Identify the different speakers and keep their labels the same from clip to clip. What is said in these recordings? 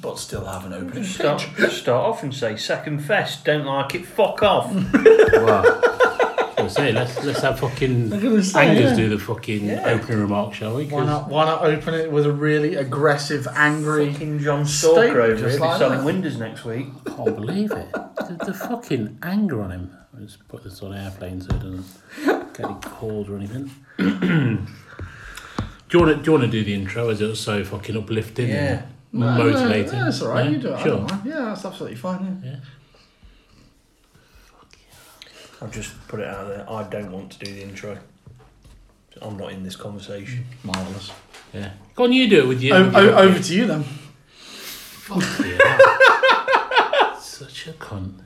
Speaker 1: but still have an open
Speaker 2: Start,
Speaker 1: pitch.
Speaker 2: start off and say second fest. Don't like it. Fuck off.
Speaker 3: Wow. I say, let's let's have fucking
Speaker 1: I'm gonna say,
Speaker 3: Angus
Speaker 1: yeah.
Speaker 3: do the fucking opening remark, shall we? 'Cause
Speaker 1: Why not? Why not open it with a really aggressive, angry?
Speaker 2: Fucking John
Speaker 1: Stalker
Speaker 2: Stalker over
Speaker 1: just
Speaker 2: here. He's
Speaker 1: like
Speaker 2: selling
Speaker 1: that.
Speaker 2: windows next week.
Speaker 3: I can't believe it. The, the fucking anger on him. Let's put this on airplane so it doesn't get any calls or anything. do you want to do you want to do the intro? As it was so fucking uplifting,
Speaker 2: Yeah.
Speaker 3: and
Speaker 1: No, no,
Speaker 3: motivating.
Speaker 1: no, That's all right.
Speaker 3: Yeah,
Speaker 1: You do it. I
Speaker 3: Sure.
Speaker 1: don't mind. Yeah, that's absolutely fine. Yeah.
Speaker 2: I'll just put it out there. I don't want to do the intro. I'm not in this conversation.
Speaker 1: Marvelous.
Speaker 3: Yeah. Go on, you do it with you.
Speaker 1: O-
Speaker 3: with
Speaker 1: o-
Speaker 3: your-
Speaker 1: over to you then.
Speaker 3: Fuck you, that- Such a cunt.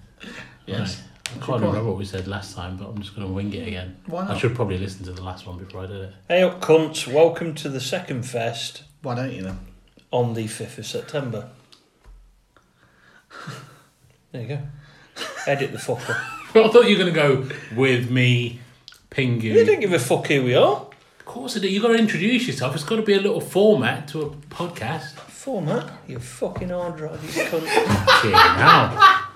Speaker 1: Yes.
Speaker 3: Right. I
Speaker 1: your
Speaker 3: can't
Speaker 1: point?
Speaker 3: remember what we said last time, but I'm just going to wing it again.
Speaker 1: Why
Speaker 3: I
Speaker 1: not?
Speaker 3: should probably listen to the last one before I did it.
Speaker 2: Hey up, cunts. Welcome to the second fest
Speaker 1: Why don't you then?
Speaker 2: on the 5th of September. There you go. Edit the fuck up.
Speaker 3: I thought you were going to go with me, Pingu.
Speaker 2: You don't give a fuck who we are.
Speaker 3: Of course I do. You've got to introduce yourself. It's got to be a little format to a podcast.
Speaker 2: Format, you fucking hard drive, you cunt.
Speaker 3: Fucking hell.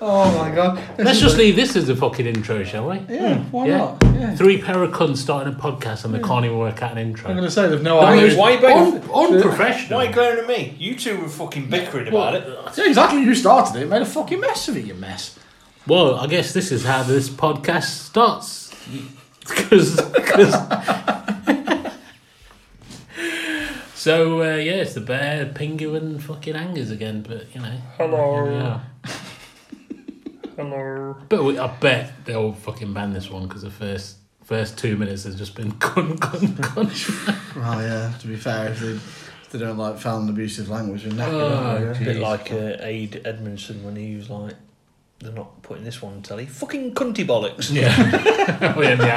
Speaker 1: Oh my god.
Speaker 3: Let's just leave this as the fucking intro, shall we?
Speaker 1: Hmm, Yeah. Why
Speaker 3: Yeah.
Speaker 1: not? Yeah.
Speaker 3: Three pair of cunts starting a podcast and they can't even work out an
Speaker 1: I'm
Speaker 3: intro.
Speaker 1: gonna say they've no
Speaker 2: Why
Speaker 1: idea. Oh,
Speaker 2: you- why you both-
Speaker 3: Un- unprofessional.
Speaker 2: Why are you glaring at me? You two were fucking bickering about it.
Speaker 1: Yeah, exactly. You started it. Made a fucking mess of it. You mess.
Speaker 3: Well, I guess this is how this podcast starts. Because. so, uh, yeah, it's the bear, Pingu, and fucking Angers again, but you know.
Speaker 2: Hello.
Speaker 3: here we are.
Speaker 2: Hello.
Speaker 3: But we, I bet they'll fucking ban this one because the first first two minutes has just been gun, gun, gun.
Speaker 1: Well, yeah. To be fair, if they, if they don't like found abusive language, we're knackered.
Speaker 3: Oh,
Speaker 1: aren't we,
Speaker 3: gee.
Speaker 1: yeah?
Speaker 2: bit
Speaker 3: Jesus.
Speaker 2: like uh, Aid Edmondson when he was like, they're not putting this one on telly. Fucking cunty bollocks.
Speaker 3: yeah. oh, yeah, the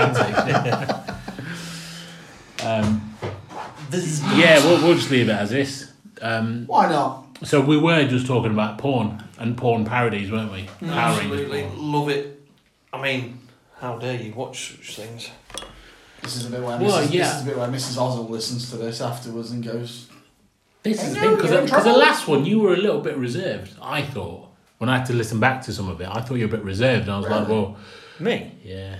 Speaker 3: antics. um, yeah, we'll, we'll just leave it as this. Um,
Speaker 1: Why not?
Speaker 3: so we were just talking about porn and porn parodies, weren't we?
Speaker 1: Mm.
Speaker 3: Power Rangers
Speaker 2: Absolutely
Speaker 3: porn.
Speaker 2: love it. I mean, how dare you watch such things?
Speaker 1: This is a bit where
Speaker 3: Well,
Speaker 1: Mrs.
Speaker 3: yeah.
Speaker 1: This is a bit where Mrs. Ozzel listens to this afterwards and goes.
Speaker 3: This is
Speaker 1: I know,
Speaker 3: the thing, because
Speaker 1: you're in
Speaker 3: because the
Speaker 1: trouble.
Speaker 3: last one you were a little bit reserved. I thought when I had to listen back to some of it, I thought you were a bit reserved, and I was like,
Speaker 1: Really?
Speaker 3: well,
Speaker 2: Me?
Speaker 3: yeah.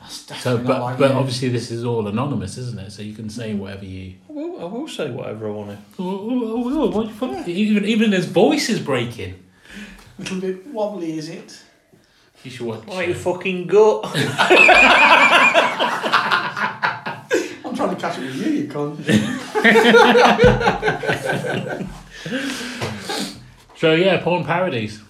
Speaker 1: That's
Speaker 3: So,
Speaker 1: definitely
Speaker 3: but
Speaker 1: not like
Speaker 3: but
Speaker 1: you." Mm.
Speaker 3: obviously this is all anonymous, isn't it? So you can say whatever you.
Speaker 2: I will, I will say whatever I want to.
Speaker 1: Oh,
Speaker 3: E, Even even his voice is breaking.
Speaker 1: little bit wobbly, is it?
Speaker 3: You should watch.
Speaker 2: Why you fucking gut?
Speaker 1: I'm trying to catch up with you, you cunt.
Speaker 3: so yeah, porn parodies.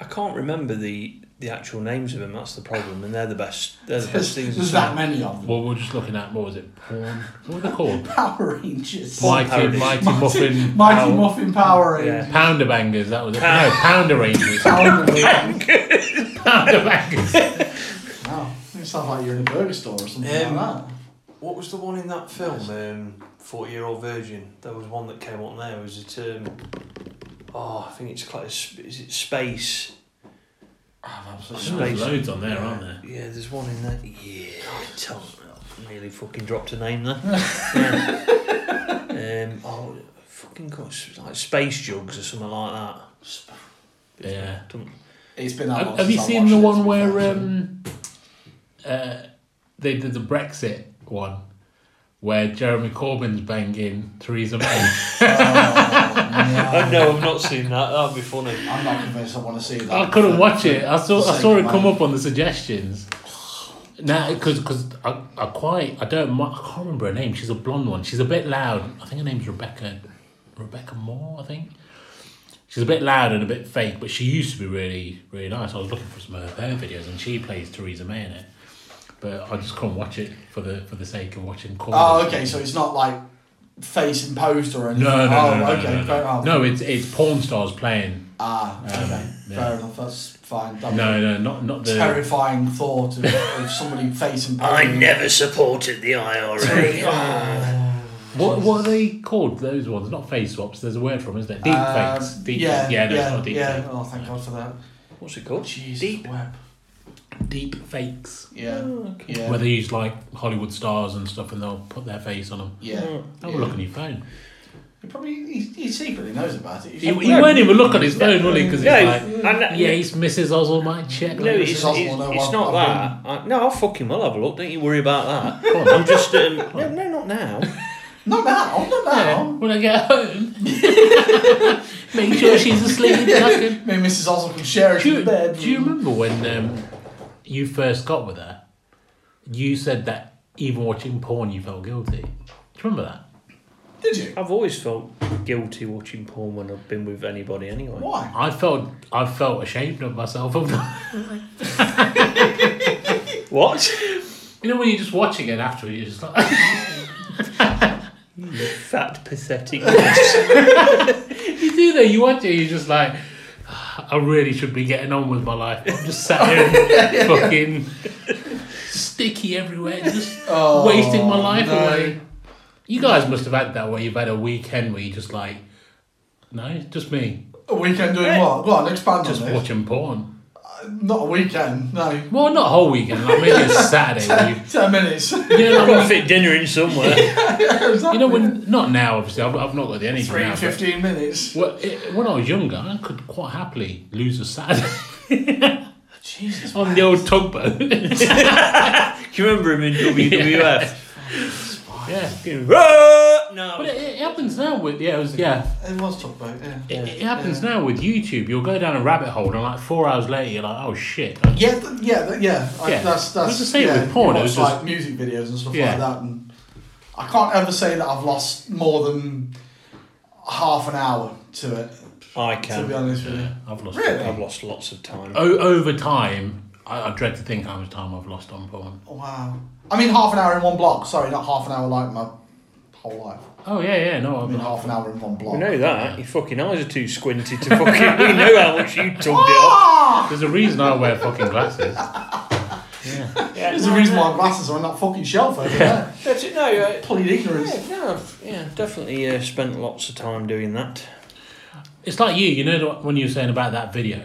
Speaker 2: I can't remember the the actual names of them. That's the problem, and they're the best. They're the best
Speaker 1: There's,
Speaker 2: things.
Speaker 1: there's that many of them.
Speaker 3: Well, we're just looking at what was it? Porn. What were they called?
Speaker 1: Power Rangers.
Speaker 3: Mighty
Speaker 2: parodies.
Speaker 3: Mighty
Speaker 1: Mighty-
Speaker 3: Muffin.
Speaker 1: Mighty
Speaker 3: Pow-
Speaker 1: Muffin Power
Speaker 2: Yeah.
Speaker 1: Rangers.
Speaker 3: Pounder bangers. That was it. No, Pounder Rangers.
Speaker 1: Power Rangers.
Speaker 3: Pounder bangers.
Speaker 1: Wow. You sound like you're in a burger store or something
Speaker 2: Um,
Speaker 1: like that.
Speaker 2: What was the one in that film? Um, Forty Year Old Virgin. There was one that came on there. Was it? Um, oh, I think it's like is it space?
Speaker 1: I've
Speaker 3: There's
Speaker 1: absolutely
Speaker 2: Space.
Speaker 3: loads on there, aren't there?
Speaker 2: Yeah, there's one in there. Yeah, tell me. Nearly fucking dropped a name there. yeah. Um, oh, fucking got s- like space jugs or something like that. Sp-
Speaker 3: Yeah.
Speaker 2: Don't-
Speaker 1: It's been that
Speaker 3: Have,
Speaker 1: long
Speaker 3: have you
Speaker 1: since I
Speaker 3: seen the
Speaker 1: watched it,
Speaker 3: one
Speaker 1: to be fair,
Speaker 3: where
Speaker 1: so-
Speaker 3: um, uh, they did the Brexit one, where Jeremy Corbyn's banging Theresa May?
Speaker 2: Oh no, I've not seen that. That'd be funny.
Speaker 1: I'm not convinced I want to see that.
Speaker 3: I couldn't watch it. I saw I
Speaker 1: Sake
Speaker 3: saw it
Speaker 1: of
Speaker 3: come
Speaker 1: mine.
Speaker 3: up on the suggestions. Now, because I, I quite I don't mi- I can't remember her name. She's a blonde one. She's a bit loud. I think her name's Rebecca Rebecca Moore. I think she's a bit loud and a bit fake, but she used to be really really nice. I was looking for some of her videos, and she plays Theresa May in it. But I just couldn't watch it for the for the sake of watching. Corbyn.
Speaker 1: Oh, okay. So it's not like face imposed or anything.
Speaker 3: no, no,
Speaker 1: oh,
Speaker 3: no, no,
Speaker 1: okay.
Speaker 3: no, no,
Speaker 1: fair
Speaker 3: no.
Speaker 1: enough.
Speaker 3: No, it's it's porn stars playing.
Speaker 1: Ah, okay.
Speaker 3: yeah.
Speaker 1: Fair enough. That's fine. That
Speaker 3: No, no, not not the.
Speaker 1: terrifying thought of, of somebody face imposed.
Speaker 2: supported the IRA.
Speaker 3: What what are they called? Those ones, not face swaps. There's a word for them, isn't it? Deep
Speaker 1: Um,
Speaker 3: fakes. Deep
Speaker 1: yeah,
Speaker 3: fakes. Oh, yeah, no,
Speaker 1: yeah,
Speaker 3: it's not deep
Speaker 1: yeah.
Speaker 3: fake.
Speaker 1: Oh, thank God for that.
Speaker 2: What's it called?
Speaker 1: Jesus
Speaker 2: Deep.
Speaker 1: web.
Speaker 3: Deep fakes.
Speaker 1: Yeah.
Speaker 3: Oh,
Speaker 1: Yeah.
Speaker 3: Where they use like Hollywood stars and stuff, and they'll put their face on them.
Speaker 1: yeah.
Speaker 3: Have a look on your phone.
Speaker 1: He probably he, he secretly knows about it.
Speaker 3: He, he won't even look on his phone, will he? Because
Speaker 2: No,
Speaker 3: he's like,
Speaker 2: and-
Speaker 3: yeah, he's Mrs. Oswald might check.
Speaker 2: No,
Speaker 3: later."
Speaker 2: it's, it's,
Speaker 1: Oswald, no,
Speaker 2: it's
Speaker 1: I've-
Speaker 2: not
Speaker 1: I've
Speaker 2: that. I, no, I'll fucking well have a look. Don't you worry about that.
Speaker 3: Go on.
Speaker 2: I'm just um, no, no, not now.
Speaker 1: Not now, not now.
Speaker 3: when I get home, make sure she's asleep. I can-
Speaker 1: Maybe Mrs. Oswald can share it
Speaker 3: Do you,
Speaker 1: in bed.
Speaker 3: do you remember when um, you first got with her? You said that even watching porn, you felt guilty. Do you remember that?
Speaker 1: Did you?
Speaker 2: I've always felt guilty watching porn when I've been with anybody. Anyway,
Speaker 1: Why?
Speaker 3: I felt I felt ashamed of myself. Of
Speaker 2: what?
Speaker 3: you know when you're just watching it after you're just like
Speaker 2: Fat pathetic. ass.
Speaker 3: you do that. You watch it, you're just like. "Ah, I really should be getting on with my life. I'm just sat here, fucking sticky everywhere, just
Speaker 1: Oh,
Speaker 3: wasting my life
Speaker 1: no.
Speaker 3: away. You guys must have had that where you've had a weekend where you just like, no, just me,
Speaker 1: A weekend doing what? Go on, expand
Speaker 3: just
Speaker 1: on this.
Speaker 3: watching porn.
Speaker 1: Not a weekend, no.
Speaker 3: Well, not a whole weekend. Like maybe it's Saturday. where
Speaker 1: Ten minutes.
Speaker 3: you, you,
Speaker 2: I've
Speaker 3: know, like
Speaker 2: got to
Speaker 3: when,
Speaker 2: fit dinner in somewhere.
Speaker 3: you know when? Not now, obviously. I've, I've not got the energy
Speaker 1: Three,
Speaker 3: now. But,
Speaker 1: 15 minutes.
Speaker 3: well, it, when I was younger, I could quite happily lose a Saturday
Speaker 1: Jesus.
Speaker 3: on the old tugboat.
Speaker 2: Do you remember him in WWF?
Speaker 3: yeah,
Speaker 2: Fucking, "Whoa!" no,
Speaker 3: but it, it happens now with yeah, it was, yeah.
Speaker 1: It was talked about, yeah.
Speaker 3: It, it happens now with YouTube. You'll go down a rabbit hole, and like four hours later, you're like, "Oh shit!"
Speaker 1: Yeah, th- yeah, th- yeah. I,
Speaker 3: Yeah.
Speaker 1: That's
Speaker 3: It
Speaker 1: that's.
Speaker 3: was the same
Speaker 1: yeah,
Speaker 3: with porn,
Speaker 1: you
Speaker 3: it was
Speaker 1: watch,
Speaker 3: just-
Speaker 1: like music videos and stuff
Speaker 3: Yeah.
Speaker 1: like that, and I can't ever say that I've lost more than half an hour to it.
Speaker 2: I
Speaker 1: To be
Speaker 2: can.
Speaker 1: honest with you,
Speaker 3: I've lost.
Speaker 1: Really?
Speaker 2: I've lost lots of time.
Speaker 3: O- over time, I, I dread to think how much time I've lost on porn.
Speaker 1: wow. I mean, half an hour in one block. Sorry, not half an hour like my whole life.
Speaker 3: Oh yeah, yeah. No,
Speaker 1: I
Speaker 3: I've
Speaker 1: mean,
Speaker 3: been.
Speaker 1: half an hour in one block.
Speaker 2: We know that. Your fucking eyes are too squinty to fucking. we know how much you tugged it off.
Speaker 1: Ah!
Speaker 3: There's a reason I wear fucking glasses.
Speaker 1: There's a reason why my glasses are on that fucking shelf over there.
Speaker 2: That's it. No, uh,
Speaker 1: Plead ignorance.
Speaker 2: yeah, no, I've- yeah, definitely uh, spent lots of time doing that.
Speaker 3: It's like you, you know, the- when you were saying about that video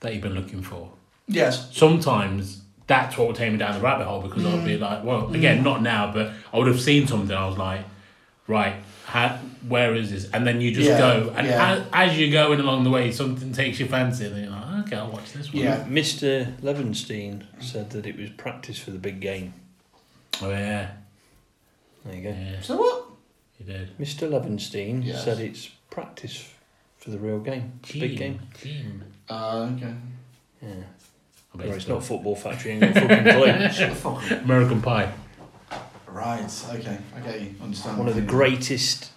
Speaker 3: that you've been looking for.
Speaker 1: Yes.
Speaker 3: Sometimes that's what would take me down the rabbit hole because I'd be
Speaker 1: Mm.
Speaker 3: like, well, again, not now, but I would have seen something. I was like, right, how, where is this? And then you just
Speaker 1: Yeah,
Speaker 3: go, and
Speaker 1: yeah.
Speaker 3: a- as, you're going along the way, something takes your fancy, and then you're like, okay, I'll watch this one.
Speaker 1: Yeah.
Speaker 2: Mr. Levenstein said that it was practice for the big game.
Speaker 3: Oh yeah,
Speaker 2: There you go.
Speaker 3: yeah,
Speaker 1: So what?
Speaker 3: you did.
Speaker 2: Mr. Levenstein
Speaker 1: Yes.
Speaker 2: said it's practice for the real game, the big game.
Speaker 3: Team.
Speaker 1: Uh, okay.
Speaker 2: Yeah.
Speaker 3: I bet
Speaker 2: Well,
Speaker 3: it's
Speaker 2: it's not Football Factory, ain't got a fucking clue.
Speaker 1: Shut the fuck up.
Speaker 3: American Pie.
Speaker 1: Right. Okay. I get you. Understand.
Speaker 2: One of the
Speaker 1: Yeah.
Speaker 2: greatest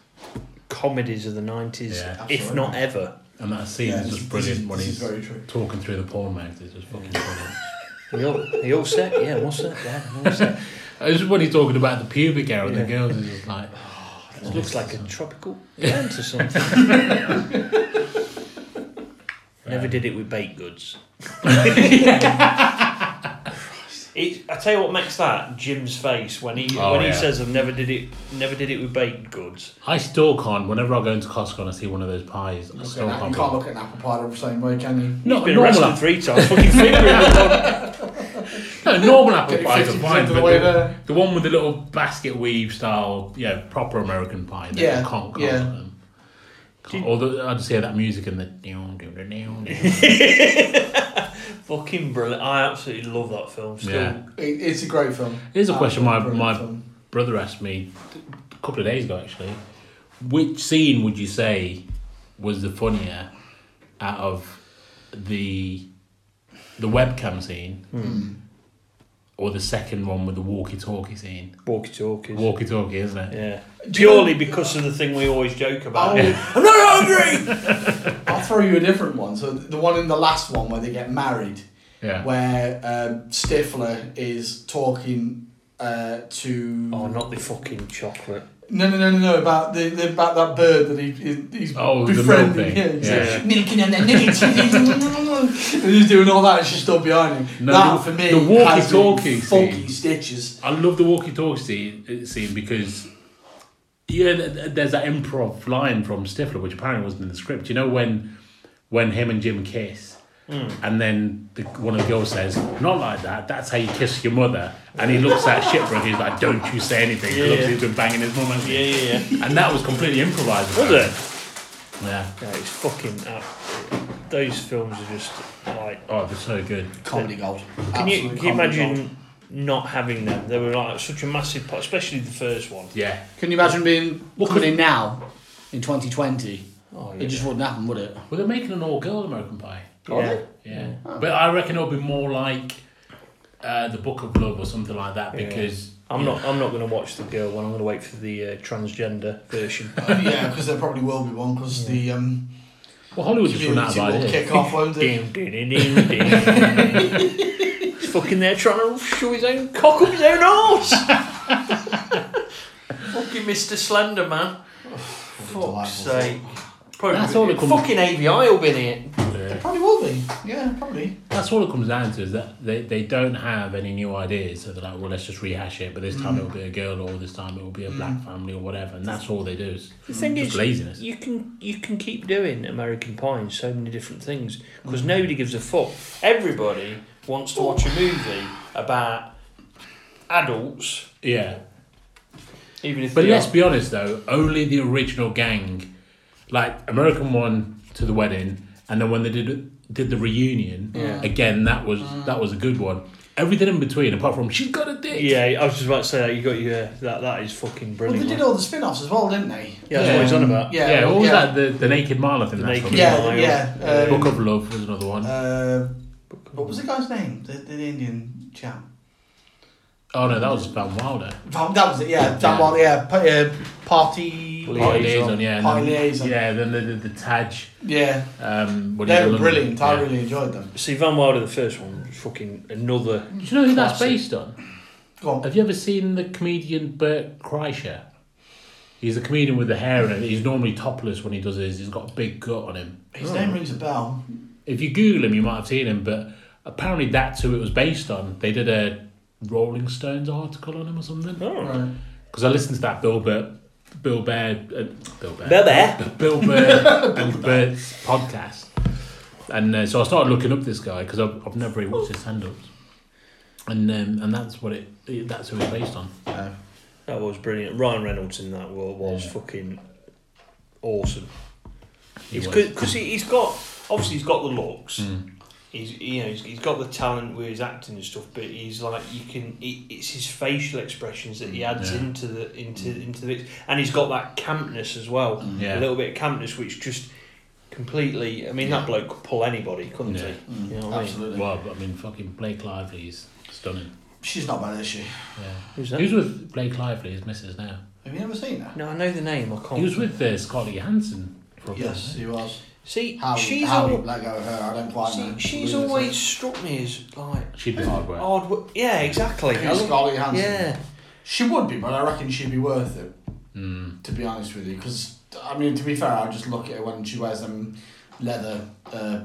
Speaker 2: comedies of the 90s,
Speaker 3: Yeah.
Speaker 2: if not ever.
Speaker 3: And that scene
Speaker 1: Yeah,
Speaker 3: is
Speaker 1: this-
Speaker 3: just
Speaker 1: this
Speaker 3: brilliant
Speaker 1: is-
Speaker 3: when
Speaker 1: this
Speaker 3: he's
Speaker 1: is very true.
Speaker 3: talking through the porn mags. It's just fucking brilliant.
Speaker 2: They all, they all set? Yeah, what's that? Yeah, what's that?
Speaker 3: It's just when he's talking about the pubic hair and the
Speaker 2: Yeah.
Speaker 3: girls is just like,
Speaker 2: It looks like a tropical plant or something. Never did it with baked goods. it, I tell you what makes that Jim's face when he
Speaker 3: Oh,
Speaker 2: when he
Speaker 3: yeah.
Speaker 2: says I've never did it never did it with baked goods.
Speaker 3: I still can't. Whenever I go into Costco and I see one of those pies, I
Speaker 1: Look at
Speaker 3: still
Speaker 1: that.
Speaker 3: can't.
Speaker 1: You can't look at an apple pie the same way, can you?
Speaker 3: No,
Speaker 2: He's been
Speaker 3: normal,
Speaker 2: arrested
Speaker 3: app-
Speaker 2: three times. Fucking finger in the dog.
Speaker 3: no, normal apple
Speaker 1: Get
Speaker 3: pies are
Speaker 1: 50%
Speaker 3: fine,
Speaker 1: of the
Speaker 3: but
Speaker 1: way
Speaker 3: the,
Speaker 1: there.
Speaker 3: the one with the little basket weave style, yeah, proper American pie. They
Speaker 1: Yeah,
Speaker 3: I can't, can't
Speaker 1: yeah.
Speaker 3: look at them. Can't- Or the, I just hear that music and the down, down, down, down, down.
Speaker 2: Fucking brilliant! I absolutely love that film. Still,
Speaker 3: yeah.
Speaker 1: It, it's a great film.
Speaker 3: Here's a question my
Speaker 1: Brilliant
Speaker 3: my
Speaker 1: film.
Speaker 3: brother asked me a couple of days ago actually. Which scene would you say was the funnier out of the the webcam scene
Speaker 1: Hmm.
Speaker 3: or the second one with the walkie-talkie scene?
Speaker 2: walkie talkies.
Speaker 3: Walkie-talkie, isn't it?
Speaker 2: yeah, purely because of the thing we always joke
Speaker 1: Oh,
Speaker 2: about.
Speaker 1: I'll,
Speaker 2: I'm not hungry.
Speaker 1: I'll throw you a different one. So the one in the last one where they get married,
Speaker 3: Yeah.
Speaker 1: where um, Stifler is talking uh, to
Speaker 2: oh, not the fucking chocolate.
Speaker 1: no no no no no about the, the about that bird that he, he he's
Speaker 3: Oh, the
Speaker 1: befriending.
Speaker 3: little thing.
Speaker 1: Yeah, he's
Speaker 3: Yeah.
Speaker 1: like, "Milking and then milking." And he's doing all that. and She's still behind him.
Speaker 3: No,
Speaker 1: that for
Speaker 3: the-
Speaker 1: me,
Speaker 3: the
Speaker 1: has me
Speaker 3: walkie-talkie
Speaker 1: funky
Speaker 3: scene.
Speaker 1: stitches.
Speaker 3: I love the walkie-talkie scene, scene because yeah, th- th- there's that improv line from Stifler, which apparently wasn't in the script. You know when when him and Jim kiss,
Speaker 2: Mm.
Speaker 3: And then the, one of the girls says, "Not like that. That's how you kiss your mother." And he looks at Shipwreck. He's like, "Don't you say anything." 'cause
Speaker 2: Yeah, yeah.
Speaker 3: obviously he's been banging his mum. hasn't he?
Speaker 2: Yeah, yeah, yeah.
Speaker 3: And that was completely improvised.
Speaker 2: Was it?
Speaker 3: Yeah.
Speaker 2: Yeah, it's fucking. ab- Those films are just like.
Speaker 3: Oh, they're so good.
Speaker 1: Comedy gold.
Speaker 2: Can you,
Speaker 1: Absolute
Speaker 2: can you
Speaker 1: comedy
Speaker 2: imagine
Speaker 1: gold.
Speaker 2: not having them? They were like such a massive part, especially the first one.
Speaker 3: Yeah.
Speaker 1: Can you imagine being
Speaker 3: Well,
Speaker 1: coming
Speaker 3: could-
Speaker 1: in now in 2020?
Speaker 2: Oh,
Speaker 1: It just wouldn't happen, would it?
Speaker 3: Well, they're making an all-girl American Pie.
Speaker 2: yeah.
Speaker 1: Are they?
Speaker 3: Yeah. But I reckon it'll be more like uh, the Book of Love or something like that
Speaker 2: Yeah.
Speaker 3: because
Speaker 2: I'm not. I'm not going to watch the girl one. I'm going to wait for the uh, transgender version.
Speaker 1: Uh, yeah, because there probably will be one because the um,
Speaker 3: well, Hollywood just run out of
Speaker 1: community will
Speaker 3: ideas.
Speaker 1: kick off, won't it?
Speaker 2: Ding, ding, ding, ding, ding. He's fucking there trying to shove his own cock up his own arse. fucking Mr. Slender Man.
Speaker 1: Delightful.
Speaker 2: Fuck's sake. Probably
Speaker 3: That's all it comes-
Speaker 2: fucking AVI will be in it.
Speaker 3: Yeah.
Speaker 1: Probably will be. Yeah, probably.
Speaker 3: That's all it comes down to is that they, they don't have any new ideas. So they're like, well, let's just rehash it. But this time it'll be a girl, or this time it'll be a black family, or whatever. And that's all they do Mm. is
Speaker 2: The thing
Speaker 3: just
Speaker 2: is,
Speaker 3: laziness.
Speaker 2: you can you can keep doing American Pie in so many different things because nobody gives a fuck. Everybody wants to watch a movie about adults,
Speaker 3: yeah.
Speaker 2: even if
Speaker 3: But
Speaker 2: they
Speaker 3: let's
Speaker 2: are-
Speaker 3: be honest though, only the original gang, like American one to the wedding, and then when they did did the reunion
Speaker 1: Yeah.
Speaker 3: again, that was that was a good one. Everything in between, apart from she's got a dick.
Speaker 2: Yeah, I was just about to say that you got your that that is fucking
Speaker 1: Well,
Speaker 2: brilliant.
Speaker 1: they did
Speaker 2: man.
Speaker 1: all the spin offs as well, didn't they?
Speaker 2: yeah, that's what he's on about.
Speaker 1: Yeah,
Speaker 3: Yeah, what was
Speaker 1: yeah.
Speaker 3: that? The, the Naked Mile, I think
Speaker 2: The
Speaker 3: that's
Speaker 2: Naked
Speaker 3: what it
Speaker 1: Yeah,
Speaker 2: Mile.
Speaker 1: yeah.
Speaker 3: was.
Speaker 1: Um,
Speaker 3: Book of Love was another one.
Speaker 1: uh, what was the guy's name? The, the Indian chap.
Speaker 3: oh no, that was Van Wilder.
Speaker 1: That was it. Yeah, that
Speaker 3: Yeah.
Speaker 1: one. Yeah, pa- uh, party.
Speaker 2: Liaison.
Speaker 3: Party Liaison, yeah. and
Speaker 1: Party
Speaker 3: then-
Speaker 1: Liaison.
Speaker 3: Yeah, then they did the Taj.
Speaker 1: Yeah,
Speaker 3: Um, what do you
Speaker 1: they
Speaker 3: call
Speaker 1: were
Speaker 3: them?
Speaker 1: brilliant. I
Speaker 3: Yeah.
Speaker 1: really enjoyed them.
Speaker 2: See, Van Wilder, the first one, was fucking another.
Speaker 3: Do you know who that's
Speaker 2: Classic.
Speaker 3: based on?
Speaker 1: Go on.
Speaker 3: Have you ever seen the comedian Bert Kreischer? He's a comedian with the hair in it. He's normally topless when he does his. He's got a big gut on him.
Speaker 1: His name rings a bell.
Speaker 3: If you Google him, you might have seen him. But apparently, that's who it was based on. They did a Rolling Stones article on him or something.
Speaker 2: Oh.
Speaker 1: Right.
Speaker 3: Because I listened to that Bill Bert, Bill Bear, uh, Bill Bear,
Speaker 2: Bill Bear.
Speaker 3: Bill Bear and Bert's podcast, and uh, so I started looking up this guy because I've, I've never really watched his stand-ups, and um, and that's what it that's who it's based on.
Speaker 1: No.
Speaker 2: That was brilliant. Ryan Reynolds in that was, was
Speaker 3: Yeah.
Speaker 2: fucking awesome.
Speaker 3: He
Speaker 2: It's
Speaker 3: was. Hmm.
Speaker 2: because he, he's got obviously he's got the looks. He's you know he's, he's got the talent with his acting and stuff, but he's like you can. He, it's his facial expressions that he adds
Speaker 3: Yeah.
Speaker 2: into the into into the and he's got that campness as well.
Speaker 3: Hmm. Yeah.
Speaker 2: A little bit of campness, which just completely. I mean, that bloke could pull anybody, couldn't
Speaker 3: Yeah.
Speaker 2: he?
Speaker 1: Mm.
Speaker 2: You know what I mean?
Speaker 1: Absolutely.
Speaker 3: Well, I mean, fucking Blake Lively's stunning.
Speaker 1: She's not bad, is she?
Speaker 3: Yeah.
Speaker 2: Who's
Speaker 3: He
Speaker 2: that?
Speaker 3: was with Blake Lively, his missus now.
Speaker 1: Have you ever seen that?
Speaker 2: No, I know the name. I can't.
Speaker 3: He was with uh, Scarlett Johansson. For a
Speaker 1: Yes,
Speaker 3: bit,
Speaker 1: he was.
Speaker 2: See,
Speaker 1: How,
Speaker 2: she's
Speaker 1: how
Speaker 2: al-
Speaker 1: he let go of her, I don't quite
Speaker 2: see,
Speaker 1: know.
Speaker 2: she's
Speaker 1: Really,
Speaker 2: always struck me as like
Speaker 3: right? She'd been hard work.
Speaker 2: hard. wo- Yeah, exactly. I
Speaker 1: Who's
Speaker 2: love-
Speaker 1: Scarlett Johansson?
Speaker 2: yeah.
Speaker 1: She would be, but I reckon she'd be worth it.
Speaker 3: Mm.
Speaker 1: To be honest with you, because I mean, to be fair, I just look at her when she wears them leather uh,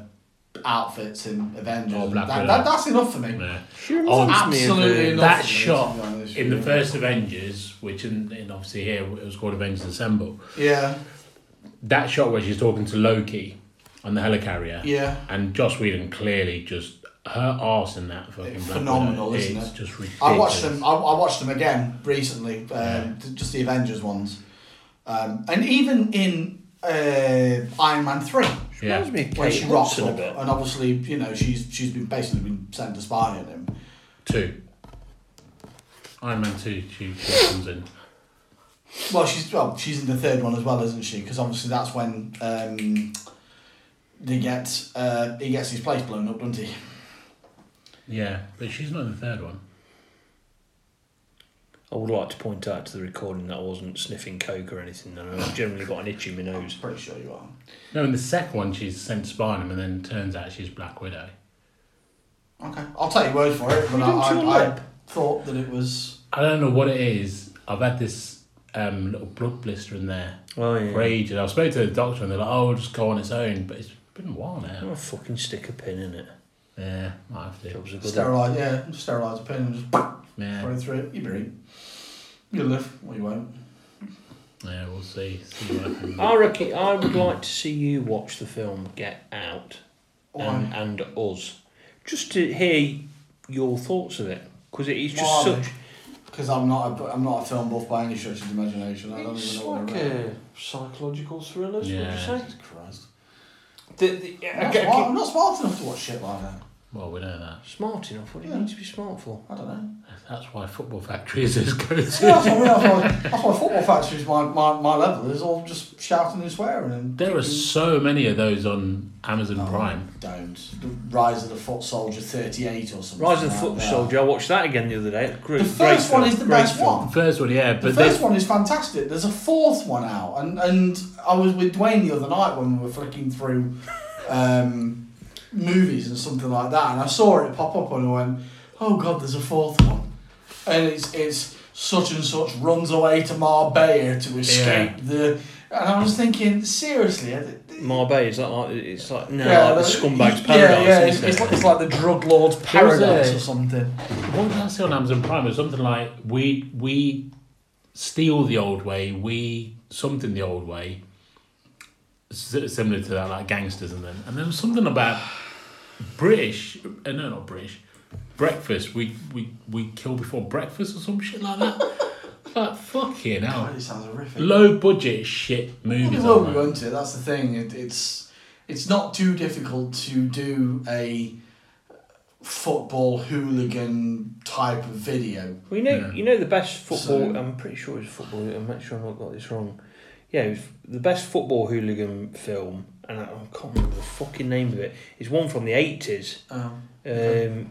Speaker 1: outfits in Avengers.
Speaker 3: Or Black
Speaker 1: that,
Speaker 3: Widow.
Speaker 1: that, that's enough for me.
Speaker 3: Yeah.
Speaker 2: She
Speaker 3: reminds
Speaker 1: Absolutely enough.
Speaker 3: That
Speaker 1: for me,
Speaker 3: shot
Speaker 1: to be honest
Speaker 3: In
Speaker 1: with
Speaker 3: the
Speaker 1: you.
Speaker 3: first Avengers, which in, in obviously here it was called Avengers Assemble,
Speaker 1: Yeah,
Speaker 3: that shot where she's talking to Loki on the helicarrier,
Speaker 1: yeah.
Speaker 3: and Joss Whedon clearly just her arse in that fucking
Speaker 1: It's
Speaker 3: Black
Speaker 1: phenomenal,
Speaker 3: Widow
Speaker 1: isn't
Speaker 3: is
Speaker 1: it?
Speaker 3: Just ridiculous.
Speaker 1: I watched them. I, I watched them again recently. Um,
Speaker 3: Yeah.
Speaker 1: th- Just the Avengers ones, um, and even in uh, Iron Man three,
Speaker 3: Yeah.
Speaker 2: me of
Speaker 1: where
Speaker 2: Kate
Speaker 1: she rocks
Speaker 2: Hudson
Speaker 1: up, and obviously you know she's she's been basically been sent to spy on him.
Speaker 3: Two. Iron Man two. She, she comes in.
Speaker 1: Well, she's well, she's in the third one as well, isn't she? Because obviously that's when um, they get uh, he gets his place blown up, doesn't he?
Speaker 3: Yeah, but she's not in the third one.
Speaker 2: I would like to point out to the recording that I wasn't sniffing coke or anything. and I've generally got an itch in my nose.
Speaker 1: Pretty sure you are.
Speaker 3: No, in the second one, she's sent to spy on him, and then turns out she's Black Widow.
Speaker 1: Okay, I'll take your word for it. But
Speaker 2: You
Speaker 1: I,
Speaker 2: don't feel
Speaker 1: I, I
Speaker 2: lip.
Speaker 1: thought that it was.
Speaker 3: I don't know what it is. I've had this um, little blood blister in there
Speaker 2: Oh yeah.
Speaker 3: for ages. I spoke to the doctor, and they're like, "Oh, it'll just go on its own," but it's been a while now.
Speaker 2: Oh, fucking stick a pin in it.
Speaker 3: Yeah, might have to.
Speaker 2: Job's a good one.
Speaker 1: Sterilise, yeah, sterilise a pin and just throw
Speaker 3: Yeah,
Speaker 1: it through it. You'll be right. You'll live, or you won't.
Speaker 3: yeah, we'll see. See what happens.
Speaker 2: I reckon I would like to see you watch the film Get Out
Speaker 1: Um,
Speaker 2: and, and us, just to hear your thoughts of it because it is just
Speaker 1: Why?
Speaker 2: such.
Speaker 1: Because I'm not a, I'm not a film buff by any stretch of the imagination. I don't even know what I read.
Speaker 2: psychological thriller.
Speaker 3: wouldn't you Yeah. say?
Speaker 1: Jesus Christ.
Speaker 2: The, the,
Speaker 1: I'm
Speaker 2: I,
Speaker 1: not,
Speaker 2: I,
Speaker 1: smart,
Speaker 2: keep-
Speaker 1: I'm not smart enough to watch shit like that.
Speaker 3: Well, we know that.
Speaker 2: smart enough. What do you
Speaker 1: Yeah.
Speaker 2: need to be smart for?
Speaker 1: I don't know.
Speaker 3: That's why Football Factory is as good as
Speaker 1: Yeah,
Speaker 3: it
Speaker 1: that's, what I
Speaker 3: is.
Speaker 1: mean, that's, why, that's why football factories my, my, my level is all just shouting and swearing and
Speaker 3: There are so many of those on Amazon Prime.
Speaker 1: Don't the Rise of the Foot Soldier thirty eight or something.
Speaker 2: Rise of the
Speaker 1: like
Speaker 2: Foot
Speaker 1: that.
Speaker 2: Soldier. I watched that again the other day. Great,
Speaker 1: The
Speaker 2: great
Speaker 1: first
Speaker 2: film,
Speaker 1: one is the
Speaker 2: great
Speaker 1: best
Speaker 2: film.
Speaker 1: one.
Speaker 3: First one, yeah,
Speaker 1: The
Speaker 3: but
Speaker 1: first
Speaker 3: this,
Speaker 1: one is fantastic. There's a fourth one out, and and I was with Dwayne the other night when we were flicking through um, movies and something like that, and I saw it pop up and I went, "Oh God, there's a fourth one," and it's it's such and such runs away to Marbella to escape the, and I was thinking seriously. I thi-
Speaker 2: Marbella is that like it's like no
Speaker 1: yeah,
Speaker 2: like the
Speaker 1: that-
Speaker 2: scumbag's
Speaker 1: yeah,
Speaker 2: paradise.
Speaker 1: Yeah, it's,
Speaker 2: isn't it?
Speaker 1: it's, like, it's like the drug lord's
Speaker 3: was a-
Speaker 1: paradise or something.
Speaker 3: what did I see on Amazon Prime? It was something like we we steal the old way, we something the old way, S- similar to that, like gangsters, and then and there was something about British, uh, no, not British, breakfast. We we we kill before breakfast or some shit like that. like fucking
Speaker 1: God,
Speaker 3: hell,
Speaker 1: it Oh, sounds horrific.
Speaker 3: low budget shit
Speaker 1: It
Speaker 3: movies.
Speaker 1: will
Speaker 3: on
Speaker 1: be,
Speaker 3: there.
Speaker 1: won't it? That's the thing. It, it's it's not too difficult to do a football hooligan type of video.
Speaker 2: Well, you know,
Speaker 3: Yeah.
Speaker 2: you know the best football.
Speaker 1: So-
Speaker 2: I'm pretty sure it's football. I'm not sure I've not got this wrong. Yeah, it was the best football hooligan film, and I, I can't remember the fucking name of it. It's one from the eighties.
Speaker 1: Um,
Speaker 2: Um, and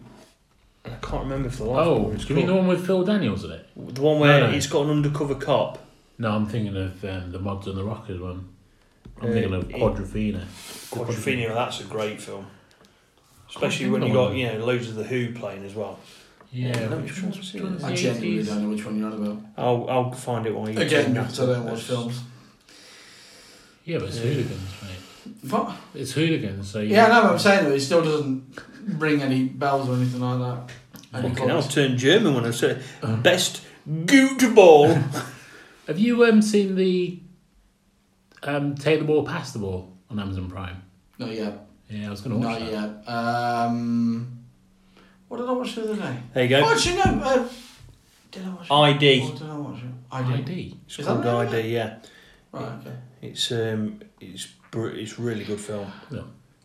Speaker 2: I can't remember for the life. of me
Speaker 3: Oh,
Speaker 2: what it's
Speaker 3: do you mean the
Speaker 2: called.
Speaker 3: one with Phil Daniels in it?
Speaker 2: the one where
Speaker 3: No, no.
Speaker 2: it's got an undercover cop.
Speaker 3: No, I'm thinking of um, the Mobs and the Rockers one. I'm
Speaker 2: Uh,
Speaker 3: thinking of
Speaker 2: it-
Speaker 3: Quadrophenia.
Speaker 2: Quadrophenia. That's a great film.
Speaker 3: Can't
Speaker 2: Especially when you
Speaker 3: remember
Speaker 2: got you know loads of the Who playing as well.
Speaker 3: Yeah,
Speaker 2: Let me
Speaker 3: which
Speaker 2: try and
Speaker 3: one's
Speaker 2: see
Speaker 3: done
Speaker 2: it.
Speaker 3: in
Speaker 1: I
Speaker 3: the
Speaker 1: genuinely
Speaker 3: 80s?
Speaker 1: don't know which one you're on about.
Speaker 2: I'll I'll find it on YouTube.
Speaker 1: Again, because I don't watch films.
Speaker 3: Yeah, but it's
Speaker 2: Yeah.
Speaker 3: hooligans, mate.
Speaker 1: What?
Speaker 3: It's hooligans, so you-
Speaker 1: Yeah, I know what I'm saying, though. It still doesn't ring any bells or anything like that. Any Uh-huh.
Speaker 2: Fucking hell,
Speaker 1: colours.
Speaker 2: turned German when I said best good ball.
Speaker 3: Have you um, seen the um, Take the Ball, Pass the Ball on Amazon Prime?
Speaker 1: Not yet.
Speaker 3: Yeah, I was going to watch
Speaker 1: Not
Speaker 3: that.
Speaker 1: yet. Um, what did I watch the other day?
Speaker 2: There you go.
Speaker 1: Oh, actually, no. Uh, did I watch it?
Speaker 2: ID.
Speaker 1: Or did I watch it? I did.
Speaker 3: ID.
Speaker 2: It's
Speaker 1: Is
Speaker 2: called
Speaker 1: that right?
Speaker 2: ID. Yeah,
Speaker 1: Right, okay.
Speaker 2: it's um, it's br- it's really good film.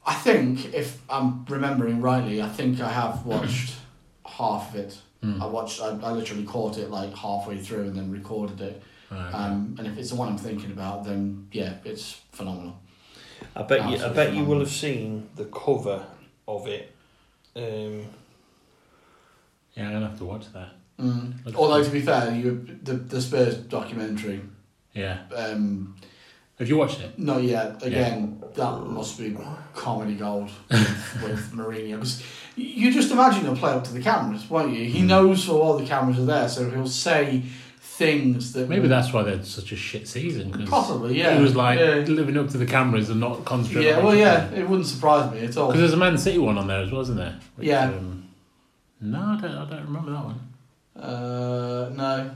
Speaker 1: I think if I'm remembering rightly, I think I have watched half of it. I watched. I, I literally caught it like halfway through and then recorded it.
Speaker 3: Right.
Speaker 1: Um, and if it's the one I'm thinking about, then yeah, it's phenomenal.
Speaker 2: I bet you. I
Speaker 1: Absolutely
Speaker 2: bet you will
Speaker 1: phenomenal.
Speaker 2: have seen the cover of it. Um,
Speaker 3: yeah, I'm going to have to watch that.
Speaker 1: Mm.
Speaker 3: Looks
Speaker 1: Although to be fair, you the the Spurs documentary.
Speaker 3: Yeah.
Speaker 1: Um,
Speaker 3: Have you watched it?
Speaker 1: not yet. Again, that must be comedy gold with, with Mourinho. 'Cause you just imagine he'll play up to the cameras, won't you? He knows all the cameras are there, so he'll say things that
Speaker 3: Maybe that's why they had such a shit season. Cause
Speaker 1: Mm. Possibly, yeah.
Speaker 3: It was like
Speaker 1: Yeah.
Speaker 3: living up to the cameras and not concentrating
Speaker 1: Yeah,
Speaker 3: on
Speaker 1: well,
Speaker 3: football.
Speaker 1: yeah, it wouldn't surprise me at all.
Speaker 3: Because there's a Man City one on there as well, isn't there?
Speaker 1: Yeah.
Speaker 3: Um, no, I don't, I don't remember that one.
Speaker 1: Uh, no,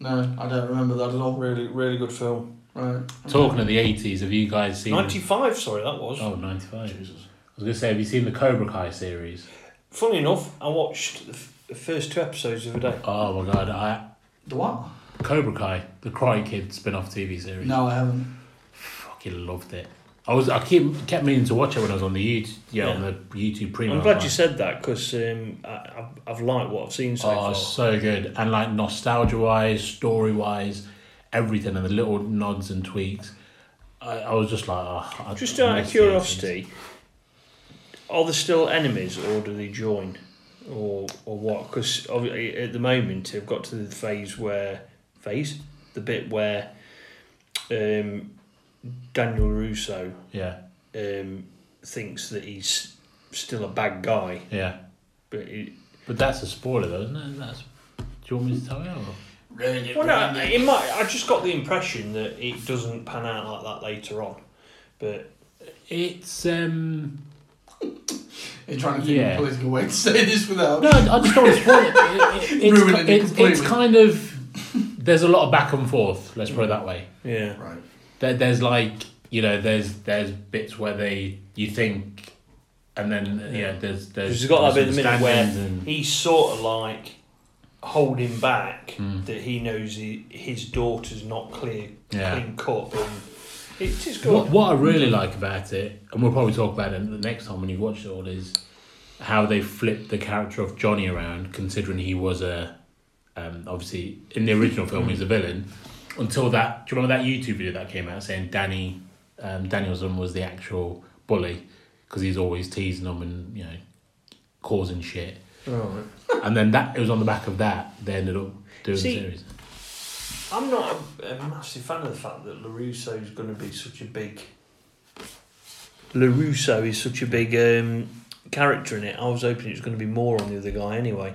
Speaker 1: no, I don't remember that at all.
Speaker 2: really, really good film.
Speaker 1: Right.
Speaker 3: Talking of the 80s, have you guys seen.
Speaker 2: Ninety-five. Sorry, that was.
Speaker 3: Oh, 95. I was
Speaker 1: Jesus.
Speaker 3: going to say, have you seen the Cobra Kai series?
Speaker 2: Funny enough, I watched the, f- the first two episodes the other day.
Speaker 3: Oh my god, I.
Speaker 1: The what?
Speaker 3: Cobra Kai, the Cry Kid spin off TV series.
Speaker 1: No, I haven't.
Speaker 3: Fucking loved it. I was I keep, kept meaning to watch it when I was on the YouTube, yeah,
Speaker 2: Yeah.
Speaker 3: on the YouTube premium.
Speaker 2: I'm glad
Speaker 3: like,
Speaker 2: you said that because um, I, I've, I've liked what I've seen so
Speaker 3: Oh,
Speaker 2: far.
Speaker 3: so good. And like nostalgia wise, story wise, everything and the little nods and tweaks. I, I was just like, oh, I
Speaker 2: Just out of
Speaker 3: miss the 80s.
Speaker 2: curiosity, are they still enemies or do they join? Or or what? Because at the moment, they've got to the phase where. Phase? The bit where um, Daniel Russo
Speaker 3: Yeah,
Speaker 2: um, thinks that he's still a bad guy.
Speaker 3: yeah.
Speaker 2: But it,
Speaker 3: But that's a spoiler though, isn't it? That's, do you want me to tell you? Or?
Speaker 2: well, no, it might, I just got the impression that it doesn't pan out like that later on. But
Speaker 3: It's um
Speaker 1: You're trying to think
Speaker 3: Yeah.
Speaker 1: of a political way to say this without.
Speaker 3: no, I just don't want to spoil it. It- it- it's,
Speaker 1: Ruining it
Speaker 3: it's, it's
Speaker 1: completely.
Speaker 3: kind of there's a lot of back and forth. Let's put it that way.
Speaker 2: yeah.
Speaker 1: Right.
Speaker 3: There, there's like you know there's there's bits where they you think and then yeah, there's there's.
Speaker 2: She's got that bit in
Speaker 3: there's
Speaker 2: the middle
Speaker 3: some
Speaker 2: where
Speaker 3: stand-ins and-
Speaker 2: he's sort of like holding back
Speaker 3: Hmm.
Speaker 2: that he knows he, his daughter's not clear,
Speaker 3: Yeah.
Speaker 2: clean cut. And it's just good.
Speaker 3: What, what I really like about it, and we'll probably talk about it the next time when you watch it all, is how they flipped the character of Johnny around, considering he was a, um, obviously in the original film he's a villain, until that. Do you remember that YouTube video that came out saying Danny, um, Danielson was the actual bully because he's always teasing them and you know causing shit, and then that it was on the back of that they ended up doing
Speaker 2: See-
Speaker 3: the series.
Speaker 2: I'm not a, a massive fan of the fact that Larusso is going to be such a big. Larusso is such a big um, character in it. I was hoping it was going to be more on the other guy anyway,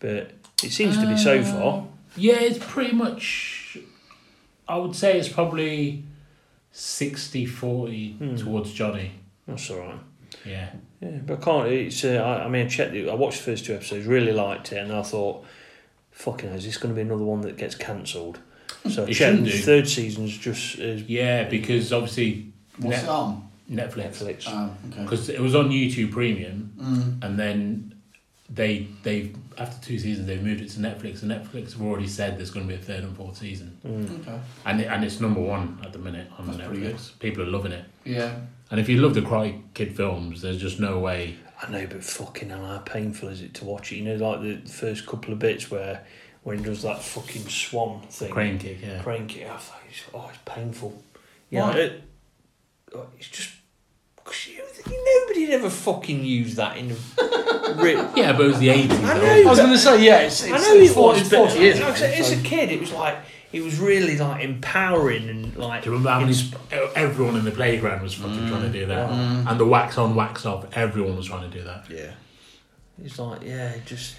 Speaker 2: but it seems to be so
Speaker 3: Mm.
Speaker 2: far.
Speaker 3: Um, Yeah, it's pretty much. I would say it's probably 60 40
Speaker 2: Hmm.
Speaker 3: towards Johnny.
Speaker 2: That's all right.
Speaker 3: Yeah.
Speaker 2: Yeah, but I can't. It's. Uh, I, I mean, I checked. It, I watched the first two episodes. Really liked it, and I thought, "Fucking, hell, is this going to be another one that gets cancelled?" So I
Speaker 3: It
Speaker 2: checked.
Speaker 3: shouldn't
Speaker 2: The
Speaker 3: do.
Speaker 2: third season's just as
Speaker 3: Yeah, because obviously
Speaker 1: What's it
Speaker 3: Net-
Speaker 1: on?
Speaker 3: Netflix.
Speaker 2: Netflix.
Speaker 1: Oh, okay.
Speaker 3: Because it was on YouTube Premium,
Speaker 1: Mm.
Speaker 3: and then they they after two seasons they moved it to Netflix, and Netflix have already said there's going to be a third and fourth season,
Speaker 2: Mm.
Speaker 1: Okay.
Speaker 3: and it, and it's number one at the minute on
Speaker 1: That's pretty
Speaker 3: Netflix. People are loving it,
Speaker 1: Yeah.
Speaker 3: and if you love the Karate Kid films, there's just no way.
Speaker 2: I know, but fucking hell, how painful is it to watch it? You know, like the first couple of bits where when he does that fucking swan thing,
Speaker 3: Crane kick, yeah.
Speaker 2: crane kick. I thought, it's, oh, it's painful. Yeah,
Speaker 1: Why?
Speaker 2: it, oh, it's just because you, nobody'd ever fucking use that in a real.
Speaker 3: Yeah, but it was the eighties.
Speaker 2: I
Speaker 1: I was going to say, yeah, it's,
Speaker 2: I
Speaker 1: it's,
Speaker 2: know
Speaker 1: it's
Speaker 2: it was,
Speaker 1: 40, 40 years
Speaker 2: but uh, like
Speaker 1: ago,
Speaker 2: I said, as
Speaker 1: so-
Speaker 2: a kid, it was like it was really like empowering and like.
Speaker 3: Do you remember how many,
Speaker 2: ins-
Speaker 3: everyone in the playground was fucking trying to do that? And the wax on, wax off, everyone was trying to do that.
Speaker 2: Yeah. It's like yeah, just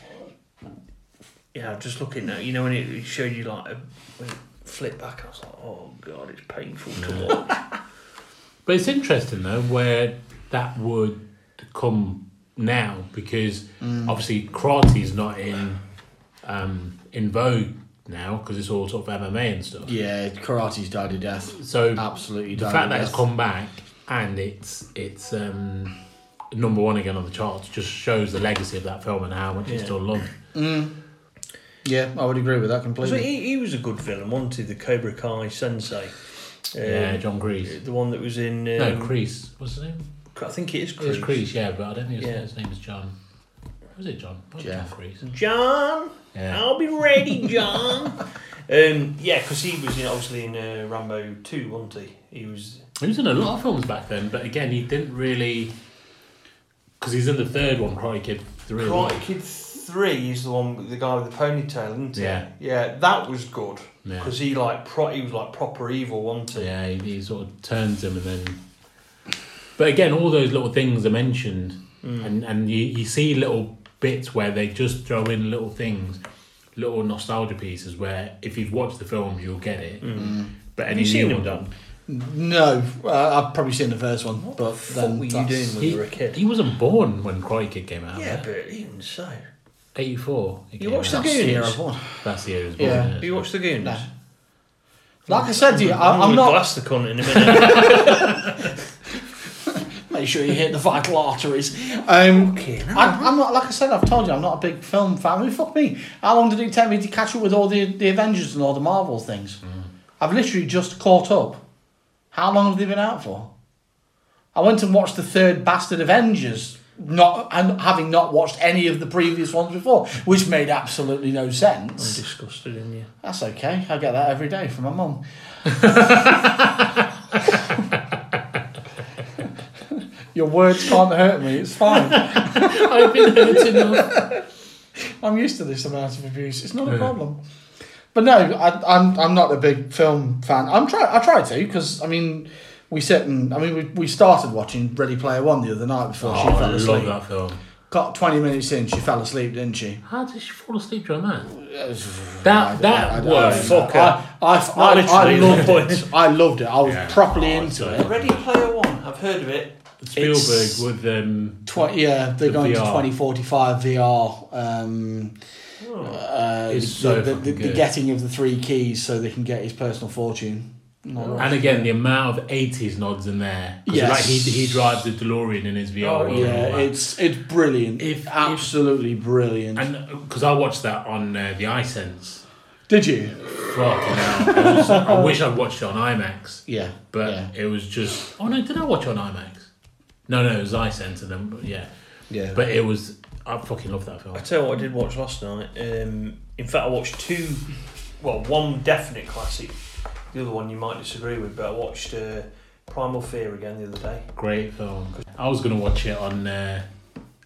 Speaker 2: yeah, just looking now. You know when it, it showed you like a when it flipped back, I was like, oh god, it's painful to watch.
Speaker 3: But it's interesting though where that would come now because obviously karate is not in um, in vogue now because it's all sort of MMA and stuff.
Speaker 1: Yeah, karate's died to death.
Speaker 3: So
Speaker 1: Absolutely
Speaker 3: the
Speaker 1: died
Speaker 3: fact
Speaker 1: to
Speaker 3: that it's
Speaker 1: death.
Speaker 3: come back and it's it's um, number one again on the charts just shows the legacy of that film and how much it's
Speaker 2: Yeah.
Speaker 3: still loved.
Speaker 1: Yeah, I would agree with that
Speaker 2: so
Speaker 1: completely.
Speaker 2: he, he was a good villain, wasn't he? The Cobra Kai Sensei. Um,
Speaker 3: yeah, John Grease.
Speaker 2: The one that was in.
Speaker 3: No,
Speaker 2: Um,
Speaker 3: Crease. What's his name?
Speaker 2: I think it is
Speaker 3: It was
Speaker 2: Chris.
Speaker 3: Crease, yeah, but I don't think his,
Speaker 2: Yeah.
Speaker 3: his name is John. Was it John? What
Speaker 1: Yeah.
Speaker 3: John Crease?
Speaker 2: John,
Speaker 3: Yeah.
Speaker 2: I'll be ready, John. um, yeah, because he was in, obviously in uh, Rambo 2, wasn't he? He was.
Speaker 3: He was in a lot of films back then, but again, he didn't really. Because he's in the third one, Karate Kid 3. as well.
Speaker 2: Karate Kid 3 is the one with the guy with the ponytail, isn't he?
Speaker 3: Yeah.
Speaker 2: Yeah, that was good.
Speaker 3: Yeah.
Speaker 2: Because he like pro- he was like proper evil, wasn't he?
Speaker 3: Yeah, he, he sort of turns him and then. But again, all those little things are mentioned,
Speaker 2: Mm.
Speaker 3: and and you, you see little bits where they just throw in little things, little nostalgia pieces where if you've watched the film, you'll get it.
Speaker 2: Mm.
Speaker 3: But
Speaker 2: Have
Speaker 3: any
Speaker 2: you seen
Speaker 3: new
Speaker 2: him,
Speaker 3: one-
Speaker 2: Dan?
Speaker 1: No, uh, I've probably seen the first one, but then
Speaker 2: were you
Speaker 1: that's-
Speaker 2: doing with-
Speaker 3: He,
Speaker 2: you were a kid.
Speaker 3: he wasn't born when Karate Kid came out.
Speaker 2: Yeah, but even so.
Speaker 3: 84. it
Speaker 2: You
Speaker 3: came
Speaker 2: watched the
Speaker 3: out.
Speaker 1: that's the year
Speaker 2: Goonies?
Speaker 1: I born.
Speaker 3: That's the year it was born.
Speaker 1: Yeah.
Speaker 3: Yeah.
Speaker 2: Have you watched The Goonies?
Speaker 1: No. Like I said to you, I, I'm not.
Speaker 2: glass the cunt in a minute.
Speaker 1: Make sure you hit the vital arteries. Um,
Speaker 2: Fucking hell.
Speaker 1: I, I'm not. Like I said, I've told you, I'm not a big film fan. I mean, fuck me. How long did it take me to catch up with all the the Avengers and all the Marvel things?
Speaker 2: Mm.
Speaker 1: I've literally just caught up. How long have they been out for? I went and watched the third bastard Avengers, not and having not watched any of the previous ones before, which made absolutely no
Speaker 2: I'm
Speaker 1: sense.
Speaker 2: disgusted in you.
Speaker 1: That's okay. I get that every day from my mum. Your words can't hurt me. It's fine.
Speaker 3: I've been hurt enough.
Speaker 1: I'm used to this amount of abuse. It's not a problem. But no, I, I'm I'm not a big film fan. I'm try I try to because I mean we sit and I mean we, we started watching Ready Player One the other night before she
Speaker 3: Oh, I
Speaker 1: fell
Speaker 3: love
Speaker 1: asleep.
Speaker 3: that film.
Speaker 1: Got twenty minutes in, she fell asleep, didn't she?
Speaker 3: How did she fall asleep during that?
Speaker 1: I-
Speaker 3: That that
Speaker 1: I- I-
Speaker 3: was
Speaker 2: fuck
Speaker 1: I I, I, I
Speaker 2: literally,
Speaker 1: loved
Speaker 2: but-
Speaker 1: it. I loved it. I was
Speaker 3: Yeah.
Speaker 1: properly
Speaker 3: Oh,
Speaker 1: into
Speaker 3: so-
Speaker 1: it.
Speaker 2: Ready Player One. I've heard of it. It's-
Speaker 3: Spielberg with um.
Speaker 1: Tw- yeah, they're
Speaker 3: The
Speaker 1: going to
Speaker 3: VR.
Speaker 1: 2045 VR. Um, uh,
Speaker 3: It's
Speaker 1: the,
Speaker 2: Oh.
Speaker 3: so
Speaker 1: the, the,
Speaker 3: fucking
Speaker 1: the
Speaker 3: good.
Speaker 1: getting of the three keys so they can get his personal fortune.
Speaker 2: No.
Speaker 3: And again, the amount of 80s nods in there. 'Cause
Speaker 1: Yes.
Speaker 3: Like he, he drives the DeLorean in his VR.
Speaker 2: Oh,
Speaker 3: world and all
Speaker 1: Yeah,
Speaker 3: that.
Speaker 1: it's it's brilliant.
Speaker 3: If-
Speaker 1: Absolutely brilliant.
Speaker 3: And because I watched that on uh, the iSense.
Speaker 1: Did you?
Speaker 3: Fucking hell. It was- I wish I'd watched it on IMAX.
Speaker 1: Yeah.
Speaker 3: But
Speaker 1: yeah.
Speaker 3: it was just. Oh no, did I watch it on IMAX? No, no, it was iSense and then, but yeah.
Speaker 1: yeah.
Speaker 3: But it was. I fucking love that film.
Speaker 2: I tell you what, I did watch last night. Um, in fact, I watched two, well, one definite classic. The other one you might disagree with, but I watched uh, Primal Fear again the other day.
Speaker 3: Great film. I was going to watch it on.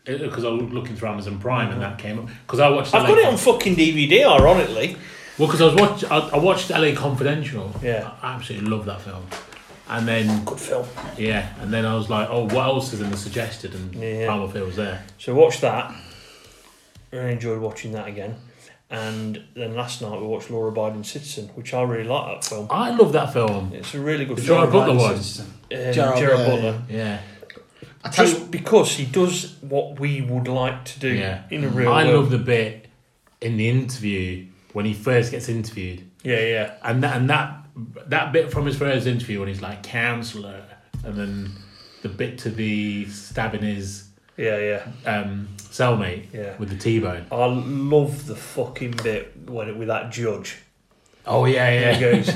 Speaker 3: Because I was looking through Amazon Prime and that came up. Because I watched.
Speaker 2: Mm-hmm. I've
Speaker 3: LA
Speaker 2: got it on fucking DVD, ironically.
Speaker 3: Well, because I was watch, I, I watched LA Confidential.
Speaker 2: Yeah.
Speaker 3: I absolutely love that film. And then
Speaker 2: Good film.
Speaker 3: yeah, and then I was like, oh, what else is in the suggested? And
Speaker 2: Yeah.
Speaker 3: Primal Fear was there.
Speaker 2: So watch that. Really enjoyed watching that again. And then last night we watched Laura Biden Citizen, which I really like that film.
Speaker 3: I love that film.
Speaker 2: It's a really good
Speaker 3: The
Speaker 2: film.
Speaker 3: Gerard Butler one.
Speaker 1: Gerard
Speaker 2: Um, Gerard,
Speaker 1: Butler,
Speaker 2: Butler.
Speaker 3: Yeah,
Speaker 1: I tell you,
Speaker 2: Just because he does what we would like to do
Speaker 3: yeah.
Speaker 2: in a real
Speaker 3: I
Speaker 2: world.
Speaker 3: love the bit in the interview when he first gets interviewed,
Speaker 2: yeah, yeah.
Speaker 3: and that and that that bit from his first interview when he's like counselor, and then the bit to the stabbing his
Speaker 2: Yeah, yeah.
Speaker 3: um, cellmate
Speaker 2: Yeah.
Speaker 3: with the T-bone.
Speaker 2: I love the fucking bit when it, with that judge.
Speaker 3: Oh yeah,
Speaker 2: He goes,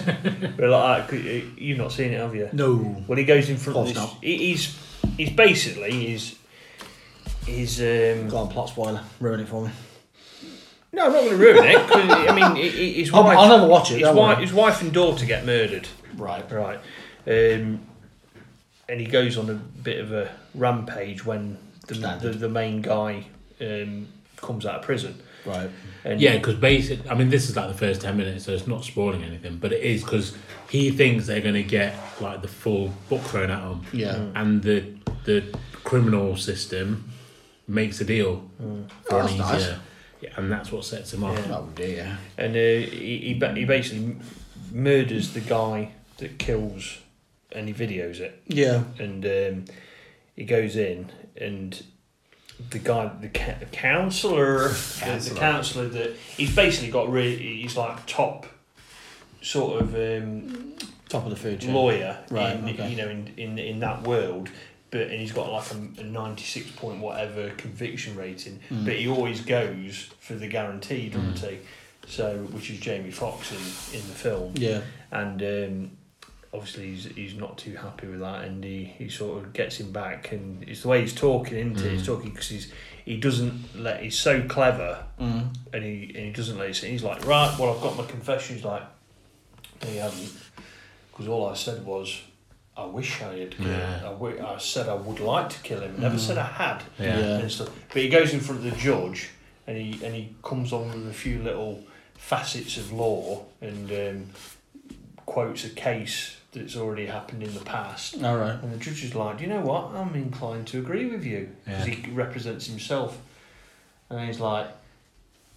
Speaker 2: "Well, like, "Ah, "You- you've not seen it, have you?
Speaker 1: no.
Speaker 2: Well, he goes in front of
Speaker 1: Of course
Speaker 2: this.
Speaker 1: not.
Speaker 2: He, he's he's basically he's he's um,
Speaker 1: Go on, plot spoiler. Ruin it for me.
Speaker 2: No, I'm not going to ruin it. 'cause, I mean, hi- hi- his
Speaker 1: I'll-
Speaker 2: wife.
Speaker 1: I'll never watch it,
Speaker 2: His
Speaker 1: don't
Speaker 2: wife,
Speaker 1: worry.
Speaker 2: his wife and daughter get murdered.
Speaker 1: Right.
Speaker 2: Right. Um, and he goes on a bit of a rampage when the the,
Speaker 1: Standard.
Speaker 2: the main guy um, comes out of prison.
Speaker 1: Right.
Speaker 2: And
Speaker 3: Yeah, because basic. I mean, this is like the first ten minutes, so it's not spoiling anything, but it is because he thinks they're going to get like the full book thrown at him.
Speaker 1: Yeah. Mm.
Speaker 3: and the the criminal system makes a deal for
Speaker 1: Oh,
Speaker 3: an
Speaker 1: that's nice.
Speaker 3: easier. Yeah, and that's what sets him off.
Speaker 2: Yeah.
Speaker 1: Oh dear.
Speaker 2: and uh, he he, ba- he basically murders the guy that kills, and he videos it.
Speaker 1: Yeah.
Speaker 2: and um, he goes in and the guy the, ca- the counselor, The, the
Speaker 3: Counselor.
Speaker 2: counselor that he's basically got really he's like top sort of um,
Speaker 1: Top of the food chain.
Speaker 2: lawyer
Speaker 1: Right,
Speaker 2: in,
Speaker 1: okay.
Speaker 2: you know in, in in that world but and he's got like a, a 96 point whatever conviction rating
Speaker 1: Hmm.
Speaker 2: but he always goes for the guarantee doesn't he so which is Jamie Foxx in, in the film
Speaker 1: Yeah.
Speaker 2: and um, obviously he's, he's not too happy with that and he, he sort of gets him back and it's the way he's talking into it he's talking because he's he doesn't let he's so clever
Speaker 1: Mm.
Speaker 2: and he and he doesn't let it sit. he's like right well I've got my confession he's like no you haven't because all I said was I wish I had killed him. I, w- I said I would like to kill him I never said I had
Speaker 3: Yeah.
Speaker 1: Yeah.
Speaker 2: and stuff. But he goes in front of the judge, and he and he comes on with a few little facets of law and um, quotes a case that's already happened in the past.
Speaker 1: All right.
Speaker 2: And the judge is like, "Do you know what? I'm inclined to agree with you because
Speaker 3: Yeah.
Speaker 2: he represents himself." And he's like,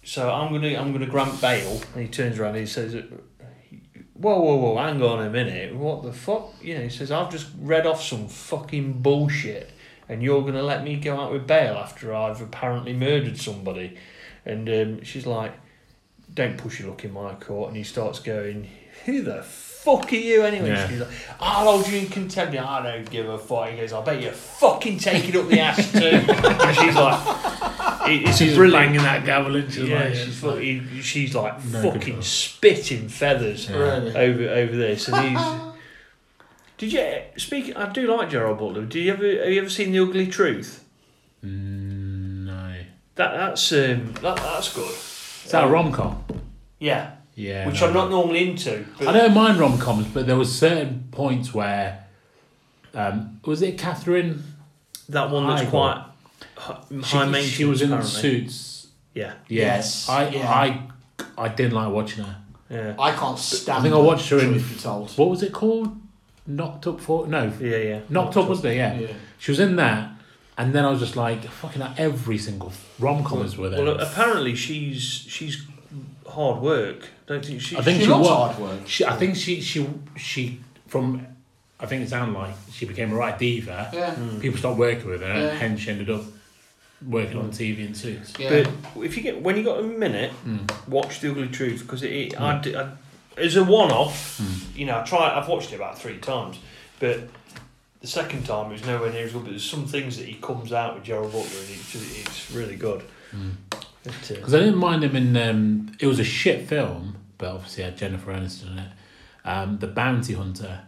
Speaker 2: "So I'm gonna I'm gonna grant bail." And he turns around and he says, "Whoa, whoa, whoa! Hang on a minute! What the fuck?" You know, he says, "I've just read off some fucking bullshit, and you're gonna let me go out with bail after I've apparently murdered somebody." And um, she's like, "Don't push your luck in my court." And he starts going, "Who the fuck are you anyway?"
Speaker 3: Yeah.
Speaker 2: She's like, "I'll hold you in contempt." I don't give a fuck. He goes, "I bet you're fucking taking up the ass too." and she's like, it- "It's
Speaker 3: She's
Speaker 2: a brilliant."
Speaker 3: banging that gavel into
Speaker 2: Yeah,
Speaker 3: like,
Speaker 2: she's, fucking, she's like
Speaker 3: No good
Speaker 2: fucking
Speaker 3: girl.
Speaker 2: spitting feathers
Speaker 1: Really?
Speaker 2: over over this, and he's. Did you speak? I do like Gerald Butler. Do you ever have you ever seen The Ugly Truth?
Speaker 3: Mm, no,
Speaker 2: That that's um, that, that's good.
Speaker 3: is that a rom com?
Speaker 2: Yeah,
Speaker 3: Yeah,
Speaker 2: which
Speaker 3: no.
Speaker 2: I'm not normally into. But
Speaker 3: I don't mind rom coms, but there was certain points where, um, was it Catherine?
Speaker 2: that one that's
Speaker 3: High
Speaker 2: quite h- high
Speaker 3: she,
Speaker 2: maintenance.
Speaker 3: she was in
Speaker 2: apparently.
Speaker 3: suits.
Speaker 2: Yeah,
Speaker 1: Yes,
Speaker 3: I,
Speaker 1: yeah.
Speaker 3: I, I didn't like watching her.
Speaker 2: yeah,
Speaker 1: I can't stand.
Speaker 3: I think I watched her in-
Speaker 1: Truth be told.
Speaker 3: What was it called? Knocked up for no,
Speaker 2: yeah, yeah.
Speaker 3: knocked up was there? Yeah.
Speaker 1: Yeah.
Speaker 3: she was in that, and then I was just like, fucking, hell, every single rom coms were there.
Speaker 2: Well, uh, apparently she's she's hard work. don't think she.
Speaker 3: I think
Speaker 1: She
Speaker 3: she,
Speaker 1: loves
Speaker 3: was.
Speaker 1: hard work.
Speaker 3: She, I think she, she, she from. I think it sounded like she became a right diva.
Speaker 1: Yeah.
Speaker 3: People stopped working with her,
Speaker 1: Mm. Yeah.
Speaker 3: and hence she ended up working on TV and suits.
Speaker 1: Yeah. Hmm.
Speaker 2: But if you get when you got a minute, watch The Ugly Truth because it, it I, d- I as a one-off,
Speaker 1: Hmm.
Speaker 2: you know, I try. I've watched it about three times, but the second time it was nowhere near as good. But there's some things that he comes out with Gerald Butler, and it's it's really good.
Speaker 1: Hmm.
Speaker 2: But, uh,
Speaker 3: Because I didn't mind him in. Um, it was a shit film, but obviously had Jennifer Aniston in it. Um, the Bounty Hunter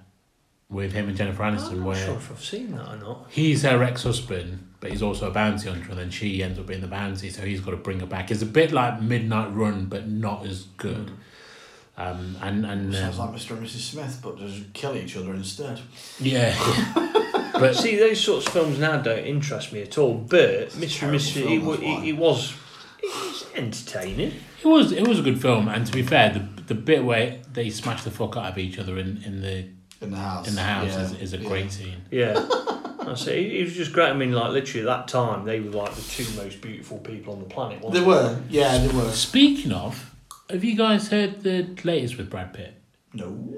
Speaker 3: with him and Jennifer Aniston,
Speaker 1: Oh,
Speaker 2: I'm not
Speaker 3: where
Speaker 2: sure if I've seen that or not.
Speaker 3: he's her ex-husband, but he's also a bounty hunter, and then she ends up being the bounty, so he's got to bring her back. It's a bit like Midnight Run, but not as
Speaker 1: Mm.
Speaker 3: good. Um, and and
Speaker 1: Sounds
Speaker 3: um,
Speaker 1: like Mr. and Mrs. Smith, but just kill each other instead.
Speaker 3: yeah, but
Speaker 2: See, those sorts of films now don't interest me at all. But Mr. and
Speaker 1: terrible
Speaker 2: Mrs.
Speaker 1: film,
Speaker 2: It, wa-
Speaker 1: that's why.
Speaker 2: it, it was it was entertaining.
Speaker 3: it was it was a good film. And to be fair, the the bit where they smash the fuck out of each other in, in the
Speaker 1: In the house.
Speaker 3: in the house
Speaker 1: Yeah,
Speaker 3: is, is a
Speaker 1: yeah.
Speaker 3: great scene.
Speaker 2: Yeah. I say it, it was just great. I mean, like literally at that time, they were like the two most beautiful people on the planet.
Speaker 1: They
Speaker 2: Wasn't
Speaker 1: were, yeah, they were.
Speaker 3: Speaking of, have you guys heard the latest with Brad Pitt?
Speaker 1: No.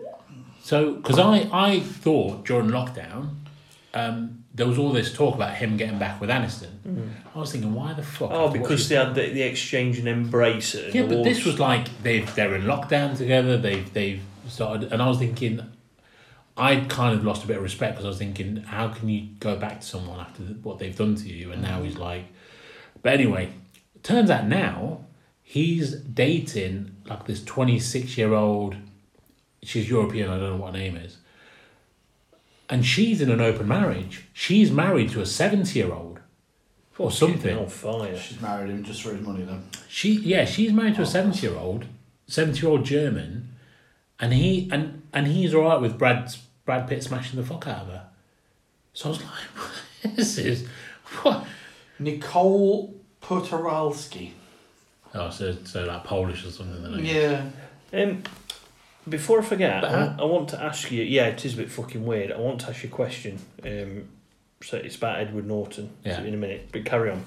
Speaker 3: So, because I, I thought during lockdown, um, there was all this talk about him getting back with Aniston. I was thinking, why the fuck?
Speaker 2: Oh,
Speaker 3: after what
Speaker 2: because
Speaker 3: she-
Speaker 2: they had the, the exchange and embrace it.
Speaker 3: yeah, but this was like they they're in lockdown together. They've they've started, and I was thinking, I kind of lost a bit of respect because I was thinking, how can you go back to someone after th- what they've done to you? And now he's like, but anyway, turns out now he's dating like this twenty six year old. She's European. I don't know what her name is. And she's in an open marriage. She's married to a seventy year old, or something.
Speaker 2: on Oh, fire.
Speaker 1: She's married him just for his money then.
Speaker 3: She yeah, she's married to a seventy year old, seventy year old German, and he and and he's all right with Brad Brad Pitt smashing the fuck out of her. So I was like, this is what?
Speaker 1: Nicole Potoralski.
Speaker 3: Oh, so so like Polish or something. Then I guess.
Speaker 1: Yeah.
Speaker 2: Um, before I forget,
Speaker 3: But
Speaker 2: I,
Speaker 3: how-
Speaker 2: I want to ask you. Yeah, it is a bit fucking weird. I want to ask you a question. Um, so it's about Edward Norton
Speaker 3: Yeah.
Speaker 2: in a minute, but carry on.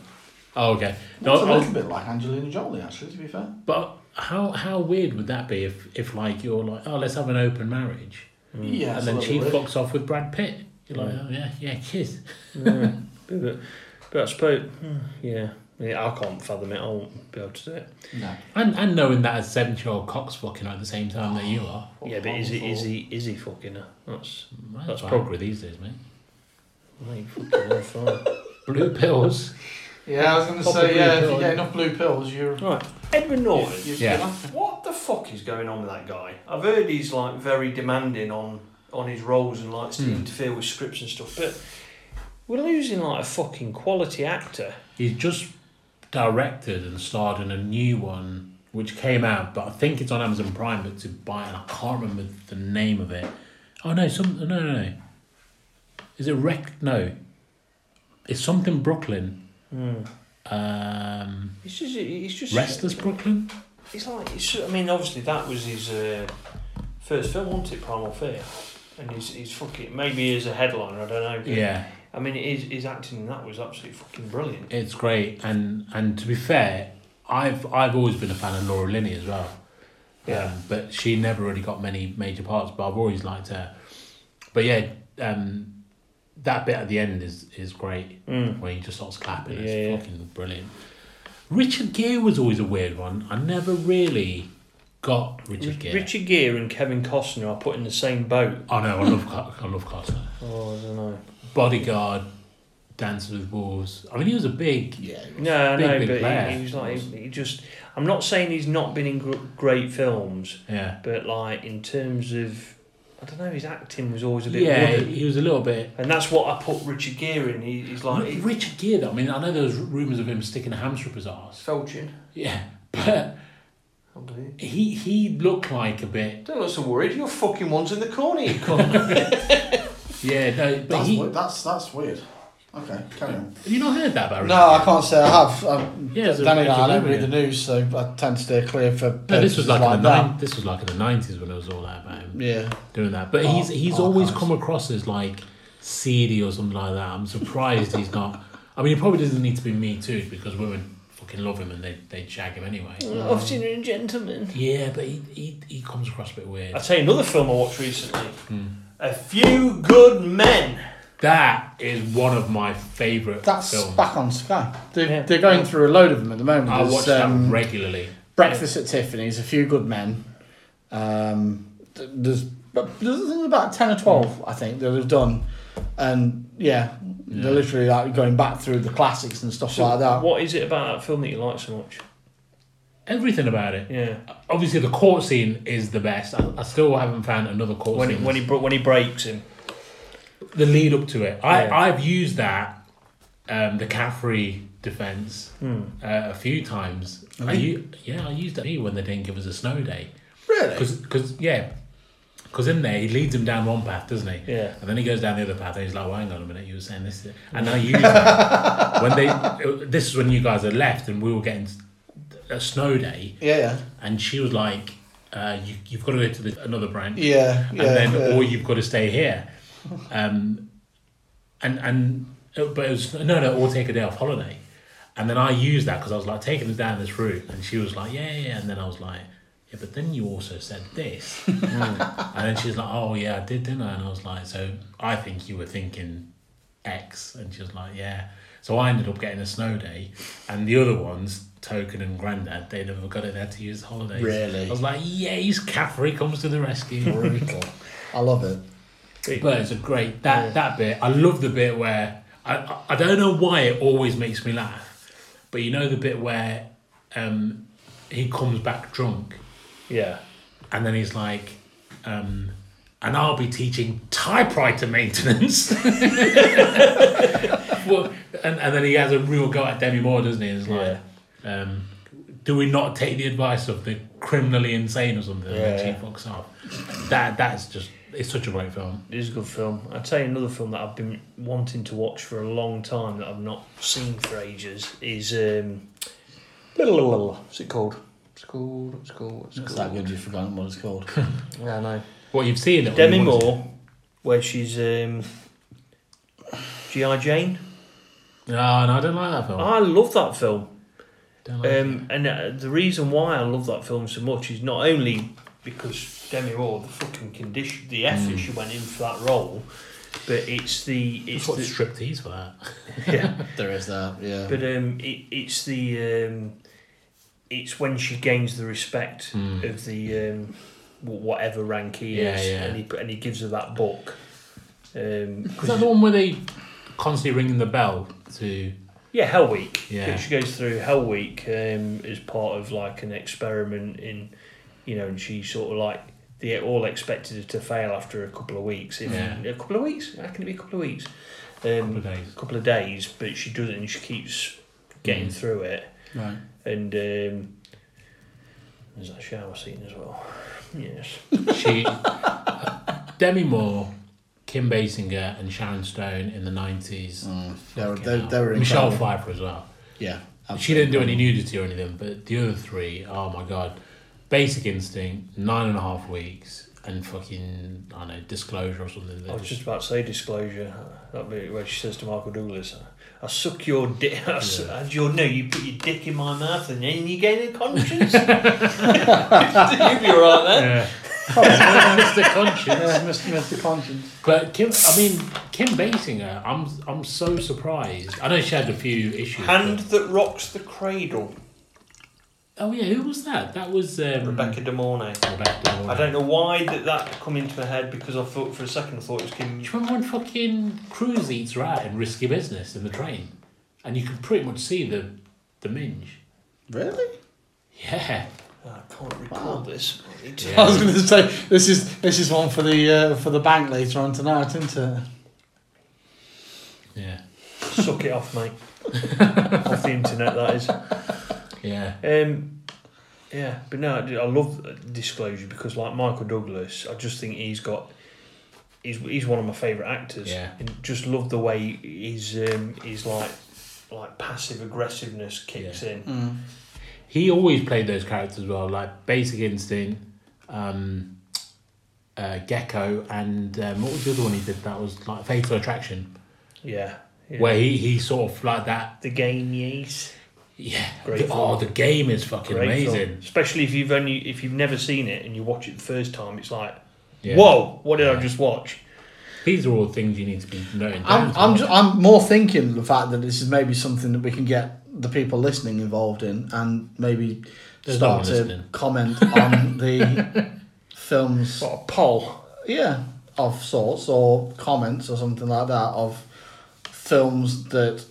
Speaker 3: Oh, okay. No,
Speaker 1: Looks a
Speaker 3: I was-
Speaker 1: little bit like Angelina Jolie, actually, to be fair.
Speaker 3: but how how weird would that be if if like you're like oh let's have an open marriage
Speaker 1: Yeah, it's
Speaker 3: Mm. and
Speaker 1: a
Speaker 3: then
Speaker 1: little
Speaker 3: she
Speaker 1: weird.
Speaker 3: fucks off with Brad Pitt. You're like oh yeah yeah kiss.
Speaker 2: But, but I suppose, hmm, yeah, yeah, I can't fathom it. I won't be able to do it.
Speaker 1: No.
Speaker 3: And and knowing that a seventy year old cock's fucking at the same time that you are.
Speaker 2: yeah, but is he is he is he fucking her? That's
Speaker 3: That's
Speaker 2: That's
Speaker 3: progress these days, mate.
Speaker 2: mate, fucking on fire.
Speaker 3: Blue pills.
Speaker 1: Yeah, I was going to
Speaker 3: Pop a
Speaker 1: say,
Speaker 3: blue
Speaker 1: yeah, if
Speaker 3: pill,
Speaker 1: you get
Speaker 3: yeah.
Speaker 1: enough blue pills, you're.
Speaker 2: Right, Edward Norton.
Speaker 1: you're
Speaker 3: Yeah.
Speaker 2: What the fuck is going on with that guy? I've heard he's like very demanding on on his roles and likes to
Speaker 3: Hmm.
Speaker 2: interfere with scripts and stuff, but we're losing like a fucking quality actor.
Speaker 3: He's just directed and starred in a new one which came out, but I think it's on Amazon Prime. But to buy it, and I can't remember the name of it. Oh no, some no no no. Is it wreck? No. It's something Brooklyn. Um,
Speaker 2: It's just it's just
Speaker 3: Restless Brooklyn.
Speaker 2: It's like it's. I mean, obviously that was his uh, first film, wasn't it? Primal Fear, and he's he's fucking maybe as a headliner. I don't know. but-
Speaker 3: Yeah.
Speaker 2: I mean, his his acting in that was absolutely fucking brilliant.
Speaker 3: It's great, and and to be fair, I've I've always been a fan of Laura Linney as well.
Speaker 2: Yeah.
Speaker 3: Um, but she never really got many major parts, but I've always liked her. But yeah, um, that bit at the end is is great
Speaker 2: Mm.
Speaker 3: where he just starts clapping.
Speaker 2: Yeah,
Speaker 3: it's
Speaker 2: yeah.
Speaker 3: fucking brilliant. Richard Gere was always a weird one. I never really got Richard Gere.
Speaker 2: Richard Gere and Kevin Costner are put in the same boat.
Speaker 3: oh no, I love Car- I love Carter.
Speaker 2: Oh, I don't know.
Speaker 3: Bodyguard, Dances with Wolves. I mean, he was a big
Speaker 1: Yeah.
Speaker 2: No,
Speaker 3: Big,
Speaker 2: no,
Speaker 3: big
Speaker 2: but
Speaker 3: player.
Speaker 2: he, he was like he, he just. I'm not saying he's not been in gr- great films,
Speaker 3: yeah.
Speaker 2: but like in terms of, I don't know, his acting was always a bit.
Speaker 3: Yeah,
Speaker 2: wooden.
Speaker 3: he was a little bit
Speaker 2: And that's what I put Richard Gere in. He, he's like
Speaker 3: Ri- Richard Gere, though, I mean, I know there was rumours of him sticking a hamster up his arse.
Speaker 2: Felchin.
Speaker 3: Yeah, but
Speaker 2: I believe.
Speaker 3: he he looked like a bit.
Speaker 2: Don't look so worried. You're fucking ones in the corner. You cunt.
Speaker 3: Yeah, no, but
Speaker 1: That's,
Speaker 3: he.
Speaker 1: weird. that's, that's weird. Okay, carry on.
Speaker 3: Have you not heard that about Richard?
Speaker 1: No, I can't say I have. i
Speaker 3: Yeah, it's a
Speaker 1: Danny and I, I
Speaker 3: major
Speaker 1: don't
Speaker 3: rumour,
Speaker 1: read the news, so I tend to stay clear for.
Speaker 3: No, this was
Speaker 1: purposes
Speaker 3: like, in the
Speaker 1: that.
Speaker 3: nine, this was like in the nineties when it was all that about him
Speaker 1: Yeah.
Speaker 3: doing that. But
Speaker 1: Ar-
Speaker 3: he's he's always
Speaker 1: archives.
Speaker 3: come across as like seedy or something like that. I'm surprised he's not. I mean, he probably doesn't need to be me too because women fucking love him and they they shag him anyway.
Speaker 2: Officer and gentleman.
Speaker 3: Yeah, but he, he he comes across a bit weird.
Speaker 2: I'll tell you another film I watched recently. A Few Good Men.
Speaker 3: That is one of my favourite
Speaker 1: That's
Speaker 3: films.
Speaker 1: back on Sky. They're,
Speaker 2: Yeah.
Speaker 1: they're going through a load of them at the moment.
Speaker 3: I
Speaker 1: There's,
Speaker 3: watch
Speaker 1: um,
Speaker 3: that regularly.
Speaker 1: Breakfast at Tiffany's, A Few Good Men, Um, th- there's but there's there's about ten or twelve, I think, that have done, and yeah, they're literally like going back through the classics and stuff
Speaker 2: So
Speaker 1: like that.
Speaker 2: What is it about that film that you like so much?
Speaker 3: Everything about it.
Speaker 2: Yeah.
Speaker 3: Obviously, the court scene is the best. I, I still haven't found another court
Speaker 2: When he,
Speaker 3: scene.
Speaker 2: when he bro- when he breaks him.
Speaker 3: the lead up to it. I,
Speaker 2: Yeah.
Speaker 3: I've used that, um, the Caffrey defense,
Speaker 2: Hmm.
Speaker 3: uh, a few times. I u- yeah, I used it when they didn't give us a snow day.
Speaker 1: Really?
Speaker 3: Because, yeah, because in there, he leads him down one path, doesn't he?
Speaker 2: Yeah.
Speaker 3: And then he goes down the other path, and he's like, well, hang on a minute, you were saying this. And I used that. when they, this is when you guys had left, and we were getting a snow day,
Speaker 1: Yeah, yeah,
Speaker 3: and she was like, uh, you, you've got to go to the, another branch
Speaker 1: yeah, yeah.
Speaker 3: and then
Speaker 1: yeah.
Speaker 3: or you've got to stay here. Um, and and uh, but it was no no or take a day off holiday. And then I used that because I was like taking us down this route, and she was like yeah yeah, yeah. and then I was like yeah, but then you also said this, Mm. and then she's like oh yeah I did didn't I? And I was like so I think you were thinking X, and she was like yeah. So I ended up getting a snow day, and the other ones. Token and Grandad, they never got it. They had to use the holidays.
Speaker 1: Really?
Speaker 3: I was like, "Yes, Caffrey comes to the rescue."
Speaker 1: brutal. I love it.
Speaker 3: But it's a great that that bit. I love the bit where I, I I don't know why it always makes me laugh, but you know the bit where um, he comes back drunk
Speaker 2: Yeah.
Speaker 3: and then he's like, um, and I'll be teaching typewriter maintenance. well, and, and then he has a real go at Demi Moore, doesn't he? It's like, um, do we not take the advice of the criminally insane or something? And then
Speaker 2: Yeah.
Speaker 3: she fucks off. That that's just it's such a great film.
Speaker 2: It is a good film. I'll tell you another film that I've been wanting to watch for a long time that I've not seen for ages is um what's it called? It's called it's called it's
Speaker 1: It's
Speaker 2: called
Speaker 1: that good you've forgotten what it's called.
Speaker 2: Yeah, I know.
Speaker 3: What you've seen it. or
Speaker 2: Demi
Speaker 3: you want to
Speaker 2: Moore, where she's um G.I. Jane.
Speaker 3: see- No, no, I don't like that film.
Speaker 2: I love that film.
Speaker 3: Don't like
Speaker 2: Oh, Um, and uh, the reason why I love that film so much is not only because Demi Moore, the fucking condition, the effort she went in for that role, but it's the
Speaker 3: it.
Speaker 2: it's
Speaker 3: It's like
Speaker 2: the,
Speaker 3: striptease for that.
Speaker 2: yeah,
Speaker 1: there is that, yeah.
Speaker 2: but um, it, it's the um, it's when she gains the respect of the um, wh- whatever rank he
Speaker 3: Hmm. Yeah,
Speaker 2: is,
Speaker 3: yeah.
Speaker 2: and he and he gives her that book. Um,
Speaker 3: Is that the one where they constantly ringing the bell to?
Speaker 2: Yeah, Hell Week.
Speaker 3: Yeah.
Speaker 2: She goes through Hell Week um, as part of like an experiment in, you know, and she sort of like they all expected her to fail after a couple of weeks. If,
Speaker 3: Yeah.
Speaker 2: A couple of weeks? How can it be a couple of weeks?
Speaker 3: Couple
Speaker 2: Um,
Speaker 3: of days.
Speaker 2: a couple of days, but she does it and she keeps getting
Speaker 3: Mm.
Speaker 2: through it.
Speaker 1: Right.
Speaker 2: And um, there's that shower scene as well. Yes.
Speaker 3: She, Demi Moore, Kim Basinger, and Sharon Stone in the nineties.
Speaker 1: Hmm. They were, they, they were
Speaker 3: Michelle
Speaker 1: incredible.
Speaker 3: Pfeiffer as well.
Speaker 1: Yeah.
Speaker 3: She didn't do any nudity or anything, but the other three, oh my god, Basic Instinct, nine and a half weeks, and fucking I don't know Disclosure or something.
Speaker 2: I was just about to say disclosure. That bit where she says to Michael Douglas, "I suck your dick. I su-
Speaker 3: Yeah.
Speaker 2: and your no, you put your dick in my mouth, and then you gain a conscience. You'd be alright then.
Speaker 3: yeah. Mr. Conscience.
Speaker 1: Yeah, Mr. Mr. Conscience.
Speaker 3: But Kim, I mean Kim Basinger, I'm I'm so surprised. I know she had a few issues.
Speaker 2: Hand
Speaker 3: but-
Speaker 2: that rocks the cradle,
Speaker 3: oh yeah, who was that? That was um,
Speaker 2: Rebecca De Mornay.
Speaker 3: Rebecca. De Mornay.
Speaker 2: I don't know why that that come into my head because I thought for a second I thought it was Kim.
Speaker 3: Do you remember when fucking Cruise eats rat in Risky Business in the train? And you can pretty much see the the minge.
Speaker 1: Really?
Speaker 3: Yeah.
Speaker 2: Ah, I can't recall this. I need to-
Speaker 3: Yeah.
Speaker 1: I was going to say this is this is one for the uh, for the bank later on tonight, isn't it?
Speaker 3: Yeah.
Speaker 2: Suck it off, mate. off the internet, that is.
Speaker 3: Yeah.
Speaker 2: Um, yeah, but no, I do- I love Disclosure because, like Michael Douglas, I just think he's got. He's, he's one of my favourite actors.
Speaker 3: Yeah.
Speaker 2: And just love the way his um his like like passive aggressiveness kicks
Speaker 3: Yeah.
Speaker 2: in.
Speaker 1: Mm.
Speaker 3: He always played those characters well, like Basic Instinct, um, uh, Gecko, and um, what was the other one he did that was like Fatal Attraction,
Speaker 2: Yeah. yeah.
Speaker 3: where he, he sort of like that.
Speaker 2: the game yes.
Speaker 3: Yeah.
Speaker 2: Great
Speaker 3: oh,
Speaker 2: film.
Speaker 3: the game is fucking
Speaker 2: Great film.
Speaker 3: amazing.
Speaker 2: Especially if you've only if you've never seen it and you watch it the first time, it's like,
Speaker 3: Yeah.
Speaker 2: whoa, what did I just watch?
Speaker 3: These are all things you need to be noting.
Speaker 1: I'm
Speaker 3: down to
Speaker 1: I'm,
Speaker 3: watch.
Speaker 1: ju- I'm more thinking the fact that this is maybe something that we can get the people listening involved in and maybe
Speaker 3: There's no
Speaker 1: start
Speaker 3: one
Speaker 1: to
Speaker 3: listening.
Speaker 1: comment on the films.
Speaker 2: What a poll.
Speaker 1: Yeah, of sorts, or comments, or something like that, of films that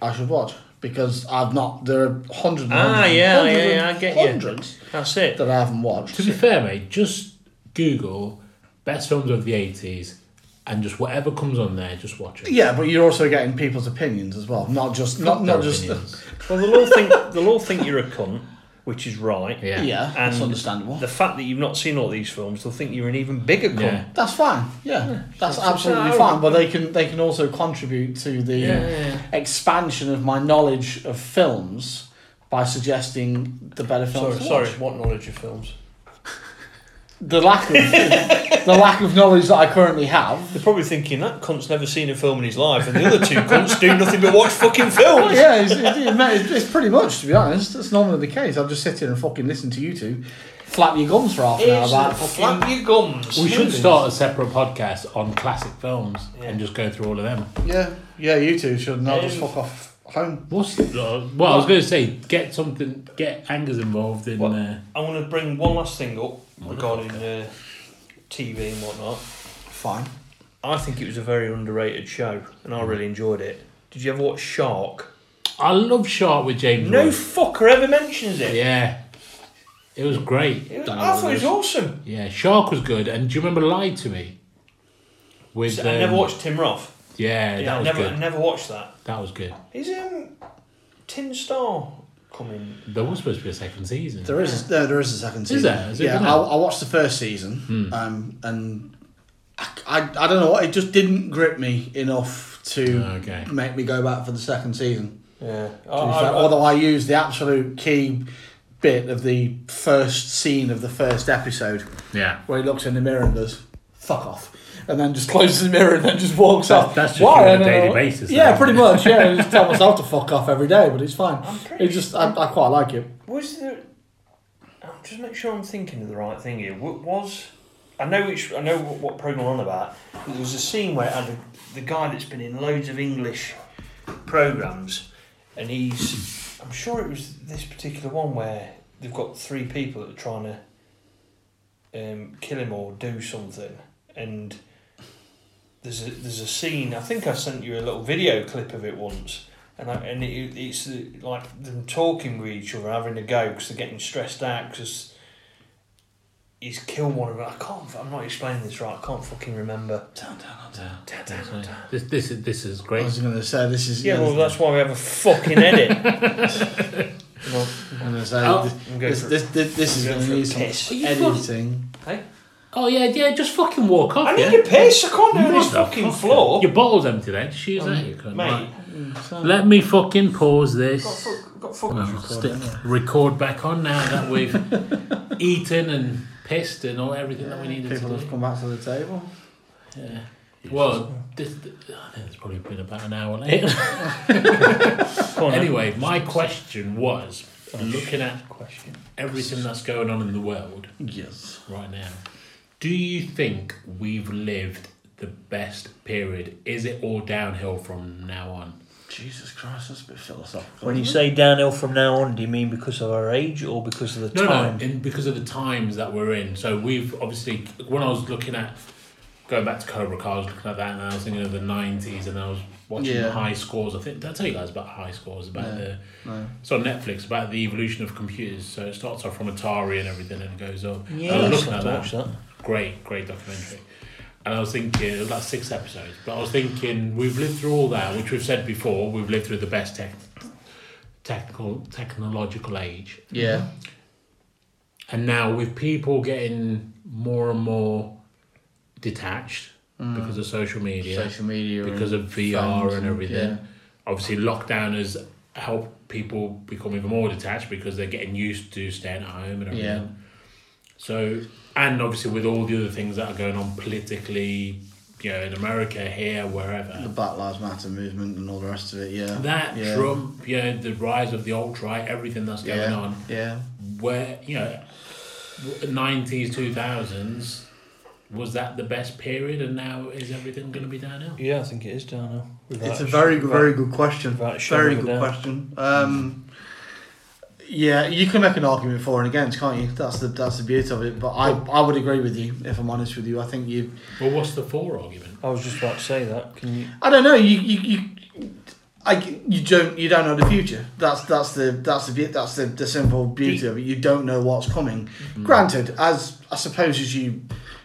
Speaker 1: I should watch because I've not. There are hundreds. and
Speaker 2: Ah,
Speaker 1: hundreds and
Speaker 2: yeah,
Speaker 1: hundreds
Speaker 2: yeah,
Speaker 1: and
Speaker 2: yeah, I get you.
Speaker 1: hundreds
Speaker 2: That's it.
Speaker 1: that I haven't watched.
Speaker 3: To be fair, mate, just Google best films of the eighties, and just whatever comes on there, just watch it.
Speaker 1: Yeah, but you're also getting people's opinions as well, not just not not
Speaker 3: Their
Speaker 1: just
Speaker 3: opinions.
Speaker 2: Well, they'll all think they'll all think you're a cunt, which is right.
Speaker 3: Yeah.
Speaker 1: yeah. that's
Speaker 2: And
Speaker 1: understandable.
Speaker 2: The fact that you've not seen all these films, they'll think you're an even bigger cunt.
Speaker 3: Yeah.
Speaker 1: that's fine. Yeah, that's
Speaker 2: so-
Speaker 1: absolutely
Speaker 2: so-
Speaker 1: fine. But they can they can also contribute to the
Speaker 3: Yeah, yeah, yeah.
Speaker 1: expansion of my knowledge of films by suggesting the better films.
Speaker 2: Sorry,
Speaker 1: to
Speaker 2: sorry.
Speaker 1: watch.
Speaker 2: What knowledge of films?
Speaker 1: the lack of the lack of knowledge that I currently have.
Speaker 2: They're probably thinking that cunt's never seen a film in his life, and the other two cunts do nothing but watch fucking films.
Speaker 1: Yeah, it's, it's, it's- it's pretty much to be honest. That's normally the case. I'll just sit here and fucking listen to you two flap your gums for half an hour about fucking.
Speaker 2: flap your gums.
Speaker 3: We should start a separate podcast on classic films and just go through all of them.
Speaker 1: Yeah, yeah, you two should. And I'll just
Speaker 2: Um,
Speaker 1: fuck off home.
Speaker 3: What's uh, well? I was going to say get something, get Angers involved in.
Speaker 2: What?
Speaker 3: Uh,
Speaker 2: I want to bring one last thing up regarding uh, TV and whatnot.
Speaker 1: Fine.
Speaker 2: I think it was a very underrated show, and I really enjoyed it. Did you ever watch Shark?
Speaker 3: I love Shark with James.
Speaker 2: No
Speaker 3: Wood.
Speaker 2: fucker ever mentions it.
Speaker 3: yeah, it was great.
Speaker 2: It was-
Speaker 1: Don't know
Speaker 2: I
Speaker 1: what
Speaker 2: thought
Speaker 1: it
Speaker 2: it was
Speaker 1: is.
Speaker 2: awesome.
Speaker 3: Yeah, Shark was good. And do you remember Lied to Me? With
Speaker 2: I never
Speaker 3: um,
Speaker 2: watched Tim Roth.
Speaker 3: Yeah,
Speaker 2: Yeah,
Speaker 3: that
Speaker 2: I
Speaker 3: was
Speaker 2: never, I
Speaker 3: good.
Speaker 2: never watched that.
Speaker 3: That was good.
Speaker 2: Is um, Tin Star coming?
Speaker 3: There was supposed to be a second season.
Speaker 1: There is no, there is a second season.
Speaker 3: there? Is it Hmm.
Speaker 1: yeah,
Speaker 3: really?
Speaker 1: I, I watched the first season, um, and I, I, I don't know. It just didn't grip me enough to
Speaker 3: Okay.
Speaker 1: make me go back for the second season.
Speaker 2: Yeah. I,
Speaker 1: To be
Speaker 2: I-
Speaker 1: fair,
Speaker 2: I-
Speaker 1: although I used the absolute key bit of the first scene of the first episode,
Speaker 3: Yeah.
Speaker 1: where he looks in the mirror and goes "fuck off," and then just closes the mirror and then just walks off.
Speaker 3: that's just you
Speaker 1: Why?
Speaker 3: on a
Speaker 1: I don't
Speaker 3: daily
Speaker 1: know.
Speaker 3: basis,
Speaker 1: Yeah,
Speaker 3: then.
Speaker 1: pretty much. Yeah, I just tell myself to fuck off every day, but it's fine.
Speaker 2: pretty
Speaker 1: It just I, I quite like it.
Speaker 2: was the? I'm just make sure I'm thinking of the right thing here. Wa- Was I know which I know what, what program I'm on about. There was a scene where and the guy that's been in loads of English programs, and he's I'm sure it was this particular one where they've got three people that are trying to um, kill him or do something, and there's a there's a scene. I think I sent you a little video clip of it once, and I, and it, it's uh, like them talking with each other, having a go because they're getting stressed out because he's killed one of them. I can't. I'm not explaining this right. I can't fucking remember.
Speaker 1: Down, down, up, down.
Speaker 2: Da, da, da, da.
Speaker 3: This this is this is
Speaker 1: I
Speaker 3: great.
Speaker 1: was going to say this is
Speaker 2: Yeah, well, that's why we have a fucking edit. well,
Speaker 1: I'm gonna say
Speaker 3: Oh.
Speaker 1: this,
Speaker 2: I'm going
Speaker 1: this,
Speaker 2: for
Speaker 1: this, this, this is
Speaker 2: I'm going
Speaker 1: gonna
Speaker 2: for a
Speaker 1: need some
Speaker 2: piss. Are
Speaker 3: you
Speaker 1: editing.
Speaker 2: hey,
Speaker 3: Oh yeah, yeah. Just fucking walk off.
Speaker 2: I
Speaker 3: yeah?
Speaker 2: need a piss. I can't do
Speaker 3: What
Speaker 2: this
Speaker 3: the
Speaker 2: fucking
Speaker 3: fuck?
Speaker 2: floor, Um,
Speaker 3: Your bottle's empty then. Just use that. you cunt.
Speaker 2: mate.
Speaker 3: Right. Let me fucking pause this.
Speaker 2: Got fuck, got fuck.
Speaker 3: Well, stick- record back on now that we've eaten and pissed and all everything that we needed
Speaker 1: People
Speaker 3: to
Speaker 1: have
Speaker 3: do.
Speaker 1: come back to the table.
Speaker 3: Yeah.
Speaker 2: Oh,
Speaker 3: Well, this, I think it's probably been about an hour later.
Speaker 2: Come on, then. Oh.
Speaker 3: anyway, my question was looking at
Speaker 2: question.
Speaker 3: everything that's going on in the world
Speaker 1: Yes.
Speaker 3: right now. Do you think we've lived the best period? Is it all downhill from now on?
Speaker 1: Jesus Christ, that's a bit philosophical.
Speaker 2: When you say downhill from now on, do you mean because of our age or because of the
Speaker 3: No,
Speaker 2: time?
Speaker 3: no, in, because of the times that we're in. So we've obviously, when I was looking at, going back to Cobra Kai, I was looking at that and I was thinking of the 90s and I was watching
Speaker 1: Yeah.
Speaker 3: High Scores. I think, did I tell you guys about High Scores? About
Speaker 1: No.
Speaker 3: the,
Speaker 1: No.
Speaker 3: it's on Netflix, about the evolution of computers. So it starts off from Atari and everything and it goes up. And I
Speaker 2: Yeah,
Speaker 3: was
Speaker 2: let's
Speaker 3: looking
Speaker 2: not
Speaker 3: at that.
Speaker 2: watch that.
Speaker 3: Great, great documentary. And I was thinking, it was like six episodes, but I was thinking, we've lived through all that, which we've said before, we've lived through the best tech, technical, technological age. Mm-hmm.
Speaker 1: Yeah.
Speaker 3: And now with people getting more and more detached because of social media,
Speaker 1: Mm. Social media.
Speaker 3: because
Speaker 1: and
Speaker 3: of VR
Speaker 1: phones
Speaker 3: and everything,
Speaker 1: yeah.
Speaker 3: obviously lockdown has helped people become even more detached because they're getting used to staying at home and everything.
Speaker 1: Yeah.
Speaker 3: So and obviously with all the other things that are going on politically, you know, in America, here,
Speaker 1: The
Speaker 3: wherever.
Speaker 1: Black Lives Matter movement and all the rest of it. Yeah.
Speaker 3: That
Speaker 1: yeah.
Speaker 3: Trump, you know, the rise of the alt right, everything that's going
Speaker 1: Yeah.
Speaker 3: on.
Speaker 1: Yeah.
Speaker 3: where you know nineties two thousands was that the best period and now is everything going to be downhill?
Speaker 2: Yeah, I think it is downhill.
Speaker 1: It's a very, very good question.
Speaker 2: without
Speaker 1: Very
Speaker 2: showing
Speaker 1: good
Speaker 2: the doubt.
Speaker 1: question. Um, Yeah, you can make an argument for and against, can't you? That's the that's the beauty of it. But I, I would agree with you if I'm honest with you. I think you.
Speaker 3: Well, what's the for argument?
Speaker 2: I was just about to say that. Can you?
Speaker 1: I don't know. You you, you I, you don't you don't know the future. That's that's the that's the beau- that's the, the simple beauty of it. You don't know what's coming. Granted, as I suppose as you,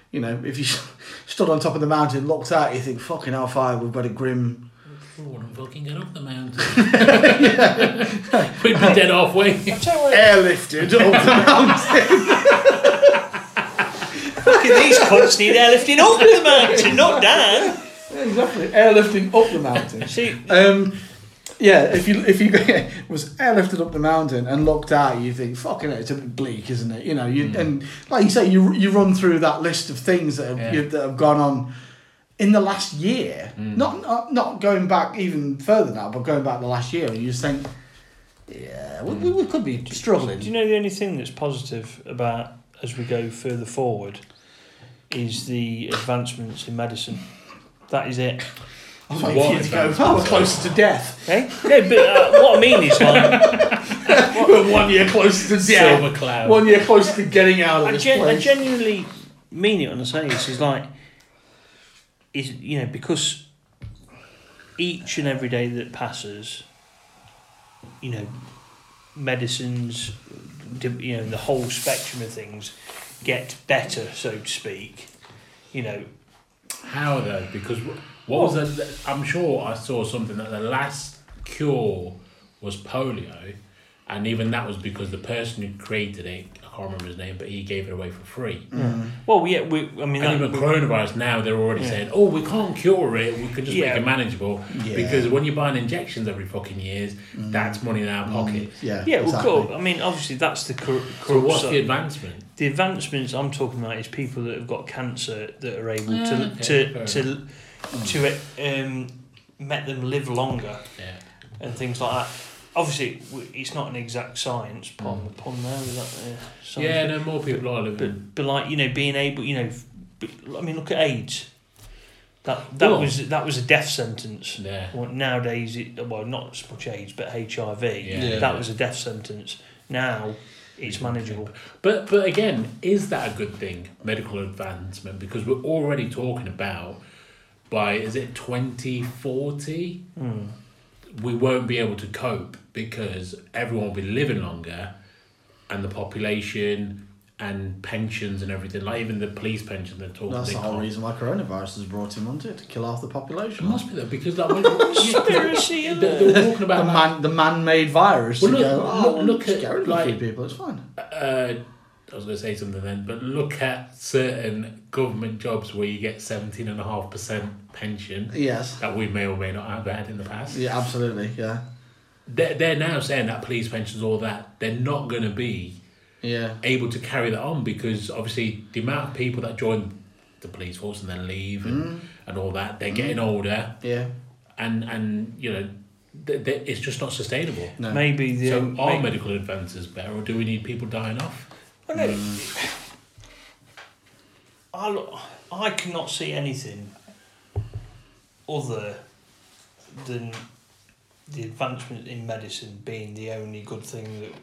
Speaker 1: you know, if you stood on top of the mountain, looked out, you think, "Fucking hell, fire! We've got a grim."
Speaker 3: I wouldn't Oh, fucking get up the mountain. We'd be dead halfway.
Speaker 1: Airlifted up the mountain.
Speaker 2: These cunts need airlifting up the mountain, not down.
Speaker 1: exactly, airlifting up the mountain.
Speaker 2: See,
Speaker 1: Um, yeah, if you if you was airlifted up the mountain and looked out, you think fucking it, it's a bit bleak, isn't it? You know, you and like you say, you you run through that list of things that have
Speaker 3: Yeah.
Speaker 1: you, that have gone on in the last year. Not, not not going back even further now, but going back the last year, and you just think, yeah, we, we, we could be struggling.
Speaker 2: do you know the only thing that's positive about as we go further forward is the advancements in medicine. That is it.
Speaker 1: I'm
Speaker 3: What
Speaker 1: waiting for you to go,
Speaker 3: advanced
Speaker 1: "Oh, we're closer to death.
Speaker 2: Okay? No, but uh, what I mean is like
Speaker 1: We're one year closer to death.
Speaker 3: Silver cloud.
Speaker 1: One year closer to getting out of
Speaker 2: I,
Speaker 1: this
Speaker 2: gen- I
Speaker 1: place.
Speaker 2: genuinely mean it when I say this. Is like, is you know because each and every day that passes, you know, medicines, di- you know, the whole spectrum of things get better, so to speak. You know,
Speaker 3: How though? Because wh- what was the? I'm sure I saw something that the last cure was polio, and even that was because the person who created it, I can't remember his name, but he gave it away for free.
Speaker 2: well, yeah, we. I mean,
Speaker 3: And
Speaker 2: that,
Speaker 3: even coronavirus now, they're already
Speaker 2: Yeah.
Speaker 3: saying, "Oh, we can't cure it. We can just
Speaker 2: Yeah.
Speaker 3: make it manageable."
Speaker 1: Yeah.
Speaker 3: Because when you're buying injections every fucking years, that's money in
Speaker 1: Mm.
Speaker 3: our pocket.
Speaker 1: Um, yeah,
Speaker 2: yeah, well,
Speaker 1: exactly.
Speaker 2: cool. I mean, obviously, that's the cor-
Speaker 3: So
Speaker 2: corrupt
Speaker 3: what's
Speaker 2: side.
Speaker 3: the advancement?
Speaker 2: the advancements I'm talking about is people that have got cancer that are able
Speaker 3: Ah,
Speaker 2: to
Speaker 3: okay,
Speaker 2: to
Speaker 3: fair
Speaker 2: to to um, make them live longer
Speaker 3: Yeah.
Speaker 2: and things like that. Obviously, w- it's not an exact science. Pun
Speaker 3: Mm.
Speaker 2: the pun there. Is that, uh, science?
Speaker 3: Yeah, no more people are living.
Speaker 2: But, but like you know, being able, you know, f- but, I mean, look at AIDS. That that
Speaker 3: Well-
Speaker 2: was that was a death sentence.
Speaker 3: Yeah.
Speaker 2: Well, nowadays, it, well, not as much AIDS, but HIV.
Speaker 3: Yeah.
Speaker 2: That was a death sentence. Now, it's manageable.
Speaker 3: But but again, is that a good thing? Medical advancement because we're already talking about by is it twenty forty? We won't be able to cope because everyone will be living longer, and the population and pensions and everything. Like even the police pension they're talking.
Speaker 1: That's
Speaker 3: they
Speaker 1: the whole
Speaker 3: can't-
Speaker 1: reason why coronavirus was brought in, wasn't it? To kill half the
Speaker 3: It
Speaker 1: population.
Speaker 3: must be though because like, when- yeah,
Speaker 2: Conspiracy,
Speaker 3: they're,
Speaker 2: isn't it?
Speaker 3: they're talking
Speaker 1: The
Speaker 3: about like,
Speaker 1: man, the man-made virus.
Speaker 3: Well,
Speaker 1: to
Speaker 3: look-
Speaker 1: go, oh,
Speaker 3: look- look
Speaker 1: just
Speaker 3: at,
Speaker 1: get rid of
Speaker 3: like-
Speaker 1: a few people. It's fine.
Speaker 3: uh, I was going to say something then, but look at certain government jobs where you get 17.5% pension
Speaker 1: Yes.
Speaker 3: that we may or may not have had in the past.
Speaker 1: Yeah, absolutely. Yeah.
Speaker 3: They're, they're now saying that police pensions, all that, they're not going to be
Speaker 1: Yeah.
Speaker 3: able to carry that on because obviously the amount of people that join the police force and then leave and,
Speaker 1: Mm.
Speaker 3: and all that, they're getting older
Speaker 1: Yeah.
Speaker 3: and, and you know, th th it's just not sustainable.
Speaker 1: No.
Speaker 2: Maybe the
Speaker 3: so are
Speaker 2: maybe-
Speaker 3: medical advances better or do we need people dying off?
Speaker 2: Well, no, I lo- I cannot see anything other than the advancement in medicine being the only good thing that,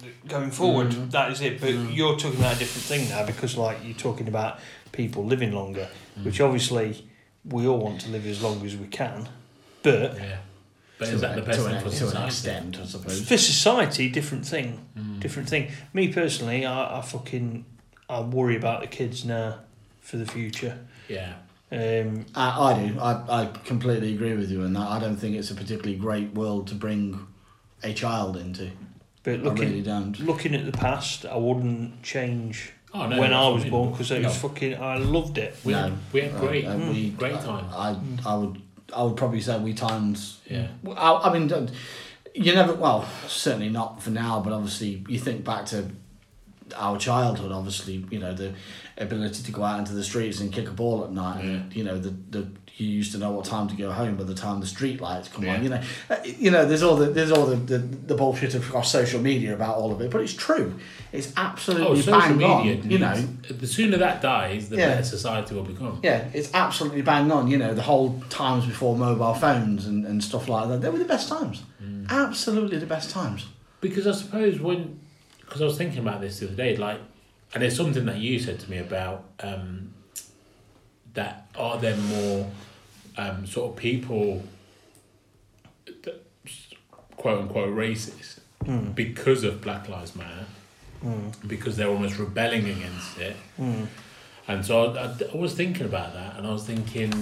Speaker 2: that going forward that is it. But you're talking about a different thing now because like you're talking about people living longer, which obviously we all want to live as long as we can, but.
Speaker 3: Yeah. But is that the best thing for society? Mm.
Speaker 1: I suppose.
Speaker 2: for society, different thing, different thing. Me personally, I, I fucking I worry about the kids now for the future.
Speaker 3: Yeah.
Speaker 2: Um,
Speaker 1: I, I do. I, I completely agree with you in that. I don't think it's a particularly great world to bring a child into.
Speaker 2: but
Speaker 1: I
Speaker 2: looking
Speaker 1: really don't.
Speaker 2: looking at the past, I wouldn't change
Speaker 3: Oh, no,
Speaker 2: when I was
Speaker 3: that's what I mean.
Speaker 2: born because it was
Speaker 3: No.
Speaker 2: fucking I loved it.
Speaker 3: We,
Speaker 1: No.
Speaker 3: we had great,
Speaker 1: Uh, we-
Speaker 3: great time.
Speaker 1: I, I would I would probably say we times
Speaker 3: Yeah.
Speaker 1: Well, I, I mean don't- you never well certainly not for now but obviously you think back to our childhood obviously you know the ability to go out into the streets and kick a ball at night and you know the, the you used to know what time to go home by the time the street lights come
Speaker 3: Yeah.
Speaker 1: on you know Uh, you know there's all the there's all the, the, the bullshit across social media about all of it but it's true it's
Speaker 3: Oh,
Speaker 1: absolutely
Speaker 3: social
Speaker 1: bang
Speaker 3: media.
Speaker 1: on
Speaker 3: needs,
Speaker 1: you know
Speaker 3: the sooner that dies, the
Speaker 1: Yeah.
Speaker 3: better society will become.
Speaker 1: yeah, it's absolutely bang on. You know, the whole times before mobile phones and, and stuff like that, they were the best times. Absolutely the best times.
Speaker 3: Because I suppose when, because I was thinking about this the other day, like, and it's something that you said to me about um, that are there more um, sort of people that quote unquote racist because of Black Lives Matter, because they're almost rebelling against it. And so I, I, I was thinking about that, and I was thinking,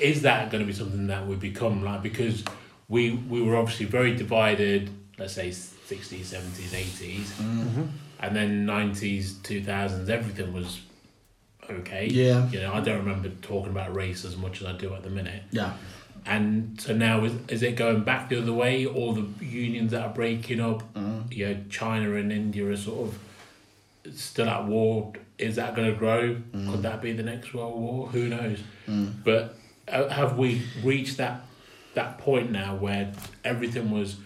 Speaker 3: is that going to be something that we become like? Because we we were obviously very divided, let's say 60s, 70s, 80s, and then 90s, 2000s, everything was okay.
Speaker 4: Yeah.
Speaker 3: You know, I don't remember talking about race as much as I do at the minute.
Speaker 4: Yeah.
Speaker 3: And so now is, is it going back the other way, or the unions that are breaking up?
Speaker 4: Mm-hmm.
Speaker 3: You know, China and India are sort of still at war. Is that going to grow?
Speaker 4: Mm-hmm.
Speaker 3: Could that be the next world war? Who knows? But uh, have we reached that that point now where everything was?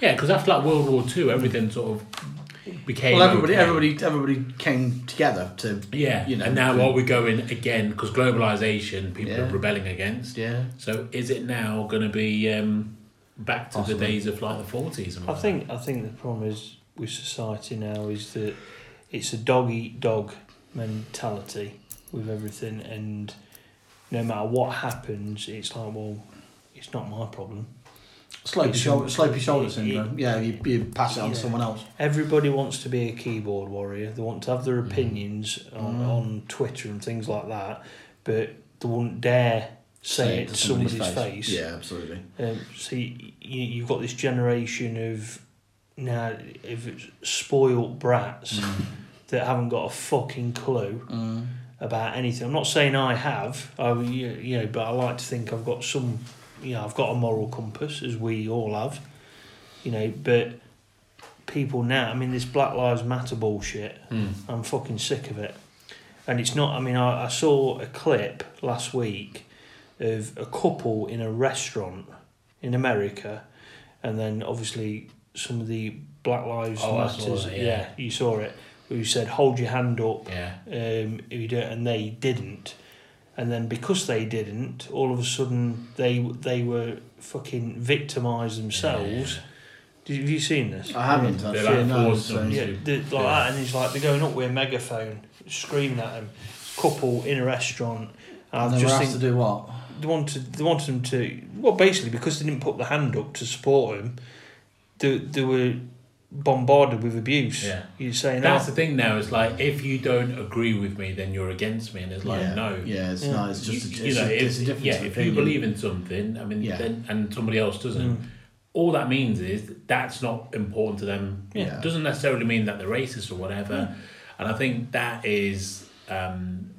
Speaker 3: Yeah, because after like World War Two, everything sort of became.
Speaker 4: Well, everybody,
Speaker 3: okay.
Speaker 4: everybody, everybody came together to.
Speaker 3: Yeah,
Speaker 4: You know,
Speaker 3: and now
Speaker 4: to-
Speaker 3: are we going again? Because globalization, people are
Speaker 4: Yeah.
Speaker 3: rebelling against.
Speaker 4: Yeah.
Speaker 3: So is it now going to be um, back to the
Speaker 4: Possibly.
Speaker 3: days of like the forties?
Speaker 2: I think I think the problem is with society now is that it's a dog eat dog mentality with everything, and no matter what happens, it's like well, it's not my problem.
Speaker 4: Slope your
Speaker 2: It's-
Speaker 4: shoulder, slope your shoulder
Speaker 2: it-
Speaker 4: syndrome. Yeah, you, you pass it on to
Speaker 2: Yeah.
Speaker 4: someone else.
Speaker 2: Everybody wants to be a keyboard warrior. They want to have their opinions on,
Speaker 4: Mm.
Speaker 2: on Twitter and things like that, but they wouldn't dare say, it to somebody's, face.
Speaker 4: Yeah, absolutely.
Speaker 2: Um, so you, you, you've got this generation of now if it's spoilt brats that haven't got a fucking clue
Speaker 4: Mm.
Speaker 2: about anything. I'm not saying I have, I, you you know, but I like to think I've got some, you know, I've got a moral compass as we all have, you know. But people now, I mean, this Black Lives Matter bullshit, I'm fucking sick of it. And it's not, I mean, I, I saw a clip last week of a couple in a restaurant in America, and then obviously some of the Black Lives
Speaker 3: Oh, I saw
Speaker 2: Matters.
Speaker 3: that, yeah.
Speaker 2: you saw it. Who said, hold your hand up
Speaker 3: Yeah.
Speaker 2: um, if you do it, and they didn't. And then because they didn't, all of a sudden they they were fucking victimised themselves. Did, have you seen this?
Speaker 4: I haven't.
Speaker 3: They're
Speaker 4: Actually,
Speaker 3: like
Speaker 4: no,
Speaker 3: forced
Speaker 4: so,
Speaker 3: on
Speaker 2: Yeah,
Speaker 3: you.
Speaker 2: they- like that, and he's like they're going up with a megaphone, screaming at them. Couple in a restaurant. And I
Speaker 4: and then
Speaker 2: was
Speaker 4: we're
Speaker 2: just
Speaker 4: asked to
Speaker 2: think
Speaker 4: do what?
Speaker 2: they wanted they wanted them to well basically because they didn't put the hand up to support him, they they were bombarded with abuse.
Speaker 3: Yeah.
Speaker 2: You're saying "Oh,
Speaker 3: That's
Speaker 2: that.
Speaker 3: the thing now. It's like if you don't agree with me, then you're against me, and it's like
Speaker 4: yeah.
Speaker 3: no.
Speaker 4: Yeah, it's
Speaker 2: Yeah.
Speaker 4: not. It's just. a,
Speaker 3: you, you
Speaker 4: it's
Speaker 3: know,
Speaker 4: a, it's
Speaker 3: if,
Speaker 4: a difference.
Speaker 3: yeah,
Speaker 4: of
Speaker 3: if you
Speaker 4: opinion.
Speaker 3: believe in something, I mean,
Speaker 4: Yeah.
Speaker 3: then and somebody else doesn't,
Speaker 2: Mm.
Speaker 3: all that means is that's not important to them.
Speaker 4: Yeah. Mm.
Speaker 3: doesn't necessarily mean that they're racist or whatever. And I think that is, um,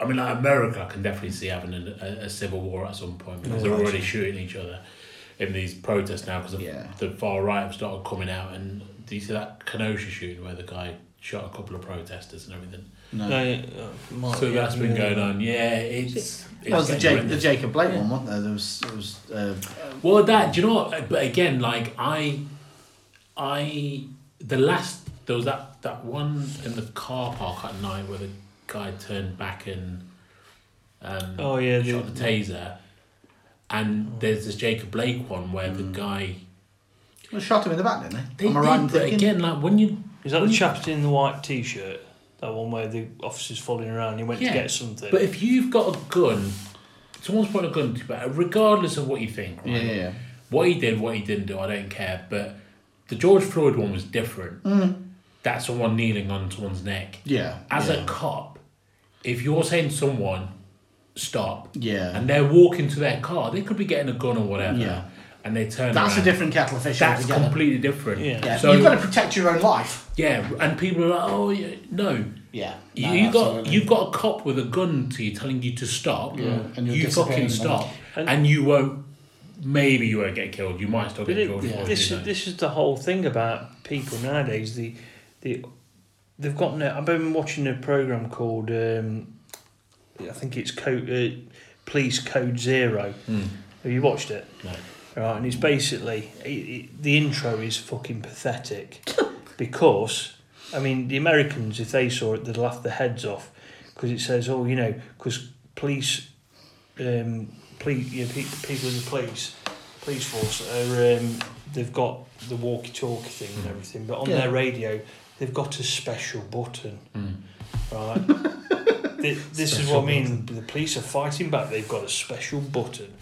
Speaker 3: I mean, like America, I can definitely see having a, a, a civil war at some point because they're already shooting each other in these protests now because
Speaker 4: Yeah.
Speaker 3: the far right have started coming out and do you see that Kenosha shooting where the guy shot a couple of protesters and everything?
Speaker 4: No.
Speaker 2: No, uh, might
Speaker 3: So
Speaker 2: be
Speaker 3: that's been
Speaker 2: happening.
Speaker 3: going on. Yeah, it's. it's
Speaker 4: That was the, Jake,
Speaker 3: getting
Speaker 4: the
Speaker 3: horrendous.
Speaker 4: Jacob Blake one, wasn't there? There was, there was uh,
Speaker 3: Well, that do you know? what? But again, like I, I the last there was that that one in the car park at night where the guy turned back and um,
Speaker 2: Oh yeah, the-
Speaker 3: shot the taser, and there's this Jacob Blake one where the guy.
Speaker 4: they shot him in the back, didn't they?
Speaker 3: They
Speaker 4: Am I
Speaker 3: did,
Speaker 4: right in
Speaker 3: but
Speaker 4: thinking?
Speaker 3: again, like when you
Speaker 2: Is that
Speaker 3: when
Speaker 2: the
Speaker 3: you-
Speaker 2: chap in the white t-shirt? That one where the officer's following around. He went
Speaker 3: Yeah,
Speaker 2: to get something.
Speaker 3: But if you've got a gun, someone's put a gun to you, but regardless of what you think, right?
Speaker 4: Yeah, yeah, yeah.
Speaker 3: What he did, what he didn't do, I don't care. But the George Floyd one was different. That's someone kneeling on someone's neck.
Speaker 4: Mm. Yeah.
Speaker 3: As
Speaker 4: yeah.
Speaker 3: a cop, if you're saying to someone, stop,
Speaker 4: Yeah.
Speaker 3: and they're walking to their car, they could be getting a gun or whatever,
Speaker 4: Yeah.
Speaker 3: and they turn
Speaker 4: That's a
Speaker 3: around.
Speaker 4: different kettle of fish
Speaker 3: That's
Speaker 4: altogether.
Speaker 3: completely different.
Speaker 2: Yeah.
Speaker 4: yeah.
Speaker 3: So
Speaker 4: You've got to protect your own life.
Speaker 3: yeah, and people are like, oh yeah, no.
Speaker 4: Yeah.
Speaker 3: You,
Speaker 4: No,
Speaker 3: you got
Speaker 4: absolutely.
Speaker 3: you've got a cop with a gun to you telling you to stop.
Speaker 4: and you're
Speaker 3: you
Speaker 4: disobeying
Speaker 3: fucking
Speaker 4: them.
Speaker 3: stop, and, you won't. Maybe you won't get killed. You might still
Speaker 2: But
Speaker 3: get
Speaker 2: it-
Speaker 3: killed.
Speaker 4: yeah.
Speaker 3: for all
Speaker 2: this
Speaker 3: you
Speaker 2: is
Speaker 3: know.
Speaker 2: this is the whole thing about people nowadays. The the they've got no. I've been watching a program called um, I think it's Code uh, Police Code Zero.
Speaker 3: Mm,
Speaker 2: Have you watched it?
Speaker 3: No.
Speaker 2: Right, and it's basically it, it, the intro is fucking pathetic because I mean the Americans if they saw it they'd laugh their heads off because it says oh you know because police um police you know, pe- people in the police police force are um, they've got the walkie-talkie thing and everything, but on
Speaker 4: Yeah.
Speaker 2: their radio they've got a special button,
Speaker 3: Mm.
Speaker 2: right? Thi- this is what
Speaker 3: Special
Speaker 2: I mean. The police are fighting back. They've got a special button,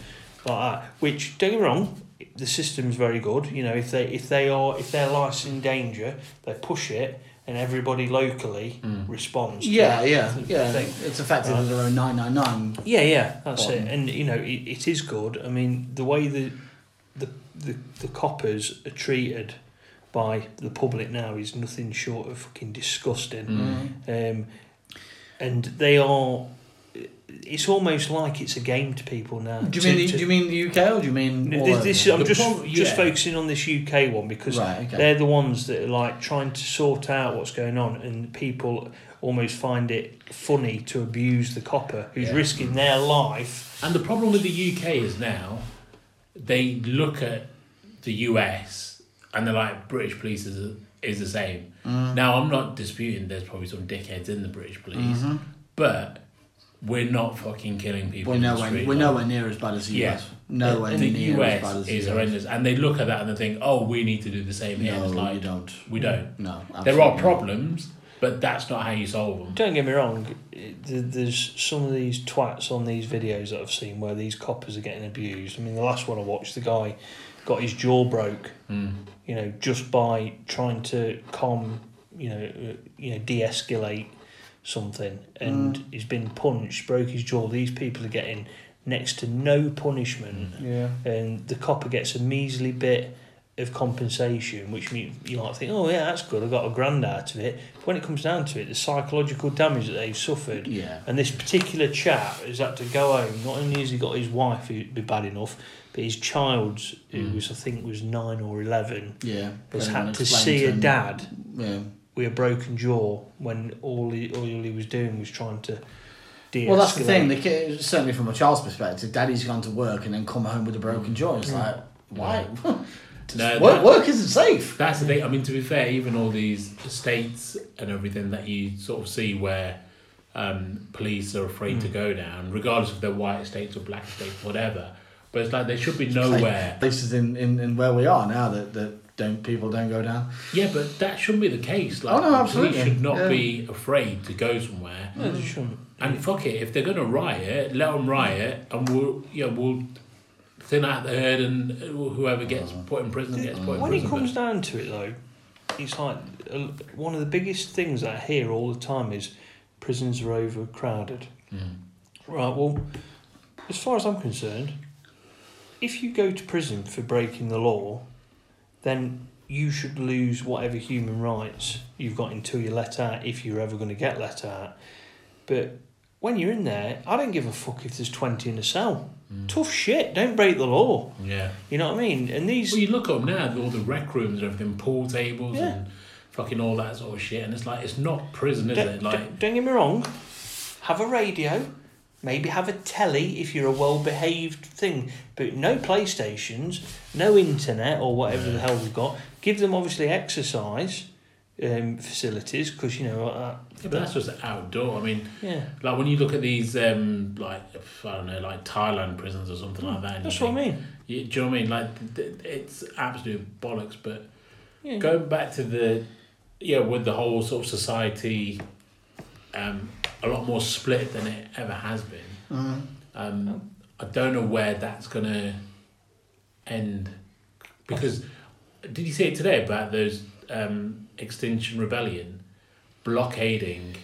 Speaker 2: like that. Which don't get me wrong, the system's very good. You know, if they if they are if their life's in danger, they push it, and everybody locally
Speaker 3: mm.
Speaker 2: responds. to
Speaker 4: Yeah,
Speaker 2: that
Speaker 4: yeah,
Speaker 2: th-
Speaker 4: yeah.
Speaker 2: thing.
Speaker 4: It's affected as their own 999.
Speaker 2: Yeah, yeah, that's
Speaker 4: Bottom.
Speaker 2: it. And you know, it, it is good. I mean, the way the the, the the coppers are treated by the public now is nothing short of fucking
Speaker 4: Hmm.
Speaker 2: disgusting. Um, and they are. It's almost like it's a game to people
Speaker 3: Uh,
Speaker 2: now.
Speaker 4: Do you
Speaker 2: To-
Speaker 4: mean
Speaker 2: to-
Speaker 4: do you mean the UK or do you mean
Speaker 2: No,
Speaker 4: all
Speaker 2: this,
Speaker 4: over?
Speaker 2: this, I'm
Speaker 3: The
Speaker 2: just
Speaker 3: prob-
Speaker 2: just
Speaker 3: yeah.
Speaker 2: focusing on this UK one because
Speaker 4: right? Okay.
Speaker 2: they're the ones that are like trying to sort out what's going on, and people almost find it funny to abuse the copper who's
Speaker 3: Yeah.
Speaker 2: risking their life
Speaker 3: And the problem with the UK is now they look at the US and they're like British police is is the same.
Speaker 4: Mm.
Speaker 3: Now I'm not disputing there's probably some dickheads in the British police, but we're not fucking killing
Speaker 4: Mm-hmm.
Speaker 3: people.
Speaker 4: we're
Speaker 3: in the
Speaker 4: nowhere
Speaker 3: street,
Speaker 4: we're
Speaker 3: like-
Speaker 4: nowhere near as bad as the
Speaker 3: Yeah.
Speaker 4: US. Nowhere
Speaker 3: the
Speaker 4: near as bad as
Speaker 3: US
Speaker 4: the
Speaker 3: is
Speaker 4: US.
Speaker 3: horrendous, and they look at that and they think, "Oh, we need to do the same here."
Speaker 4: No,
Speaker 3: it's
Speaker 4: you
Speaker 3: like
Speaker 4: don't.
Speaker 3: we don't.
Speaker 4: No,
Speaker 3: there are
Speaker 4: absolutely not.
Speaker 3: problems, but that's not how you solve them.
Speaker 2: Don't get me wrong, it- th- there's some of these twats on these videos that I've seen where these coppers are getting abused. I mean, the last one I watched, the guy got his jaw broke,
Speaker 3: Mm.
Speaker 2: you know, just by trying to calm, you know, uh, you know, de-escalate something, and he's been punched, broke his jaw. These people are getting next to no punishment,
Speaker 1: Mm.
Speaker 4: Yeah.
Speaker 2: and the copper gets a measly bit of compensation, which mean, you might think, oh yeah, that's good, I got a grand out of it. But when it comes down to it, the psychological damage that they've suffered,
Speaker 4: Yeah.
Speaker 2: and this particular chap has had to go home. Not only has he got his wife who'd be bad enough, but his child, who was I think was nine or eleven,
Speaker 4: Yeah.
Speaker 2: has
Speaker 4: Everyone
Speaker 2: had to
Speaker 4: explained
Speaker 2: see a
Speaker 4: him.
Speaker 2: dad
Speaker 4: Yeah.
Speaker 2: with a broken jaw when all he all he was doing was trying to. De-escalate.
Speaker 4: Well, that's the thing. The kid, certainly from a child's perspective, daddy's gone to work and then come home with a broken jaw. It's like, why?
Speaker 3: Mm. No,
Speaker 4: work,
Speaker 3: that-
Speaker 4: work isn't safe.
Speaker 3: That's the thing. I mean, to be fair, even all these estates and everything that you sort of see where um, police are afraid
Speaker 4: Mm.
Speaker 3: to go down, regardless if they're white estates or black estates, whatever. But it's like there should be
Speaker 4: Like,
Speaker 3: nowhere.
Speaker 4: places in, in, in where we are now that, that don't people don't go down.
Speaker 3: Yeah, but that shouldn't be the case. Like,
Speaker 4: Oh, no,
Speaker 3: the
Speaker 4: absolutely.
Speaker 3: police should not
Speaker 4: Yeah.
Speaker 3: be afraid to go somewhere.
Speaker 2: No, they shouldn't.
Speaker 3: And fuck it, if they're gonna riot, let them riot, and we'll yeah we'll thin out the herd, and whoever gets
Speaker 4: Uh-huh.
Speaker 3: put in prison gets put in
Speaker 2: when it
Speaker 3: prison.
Speaker 2: comes down to it though it's like uh, one of the biggest things that i hear all the time is prisons are overcrowded right well as far as i'm concerned if you go to prison for breaking the law then you should lose whatever human rights you've got until you're let out if you're ever going to get let out but when you're in there i don't give a fuck if there's 20 in a cell tough shit don't break the law
Speaker 3: But, yeah.
Speaker 2: you know what i mean and these
Speaker 3: Well, you look at them now, all the rec rooms and everything, pool tables
Speaker 2: Yeah.
Speaker 3: and fucking all that sort of shit, and it's like it's not prison, is
Speaker 2: don't,
Speaker 3: it? Like
Speaker 2: don't- don't get me wrong. Have a radio, maybe have a telly if you're a well-behaved thing, but no PlayStations, no internet or whatever the hell we've got. Give them obviously exercise um, facilities because you know uh,
Speaker 3: yeah, but that's just outdoor. I mean,
Speaker 2: yeah.
Speaker 3: like when you look at these, um, like I don't know, like Thailand prisons or something like that. and
Speaker 2: Hmm,
Speaker 3: you
Speaker 2: That's what I
Speaker 3: think-
Speaker 2: mean.
Speaker 3: You, do you know what I mean? Like th- th- it's absolute bollocks. But
Speaker 2: Yeah.
Speaker 3: going back to the yeah, with the whole sort of society, um, a lot more split than it ever has been. Um, I don't know where that's gonna end because did you see it today about those um, Extinction Rebellion blockading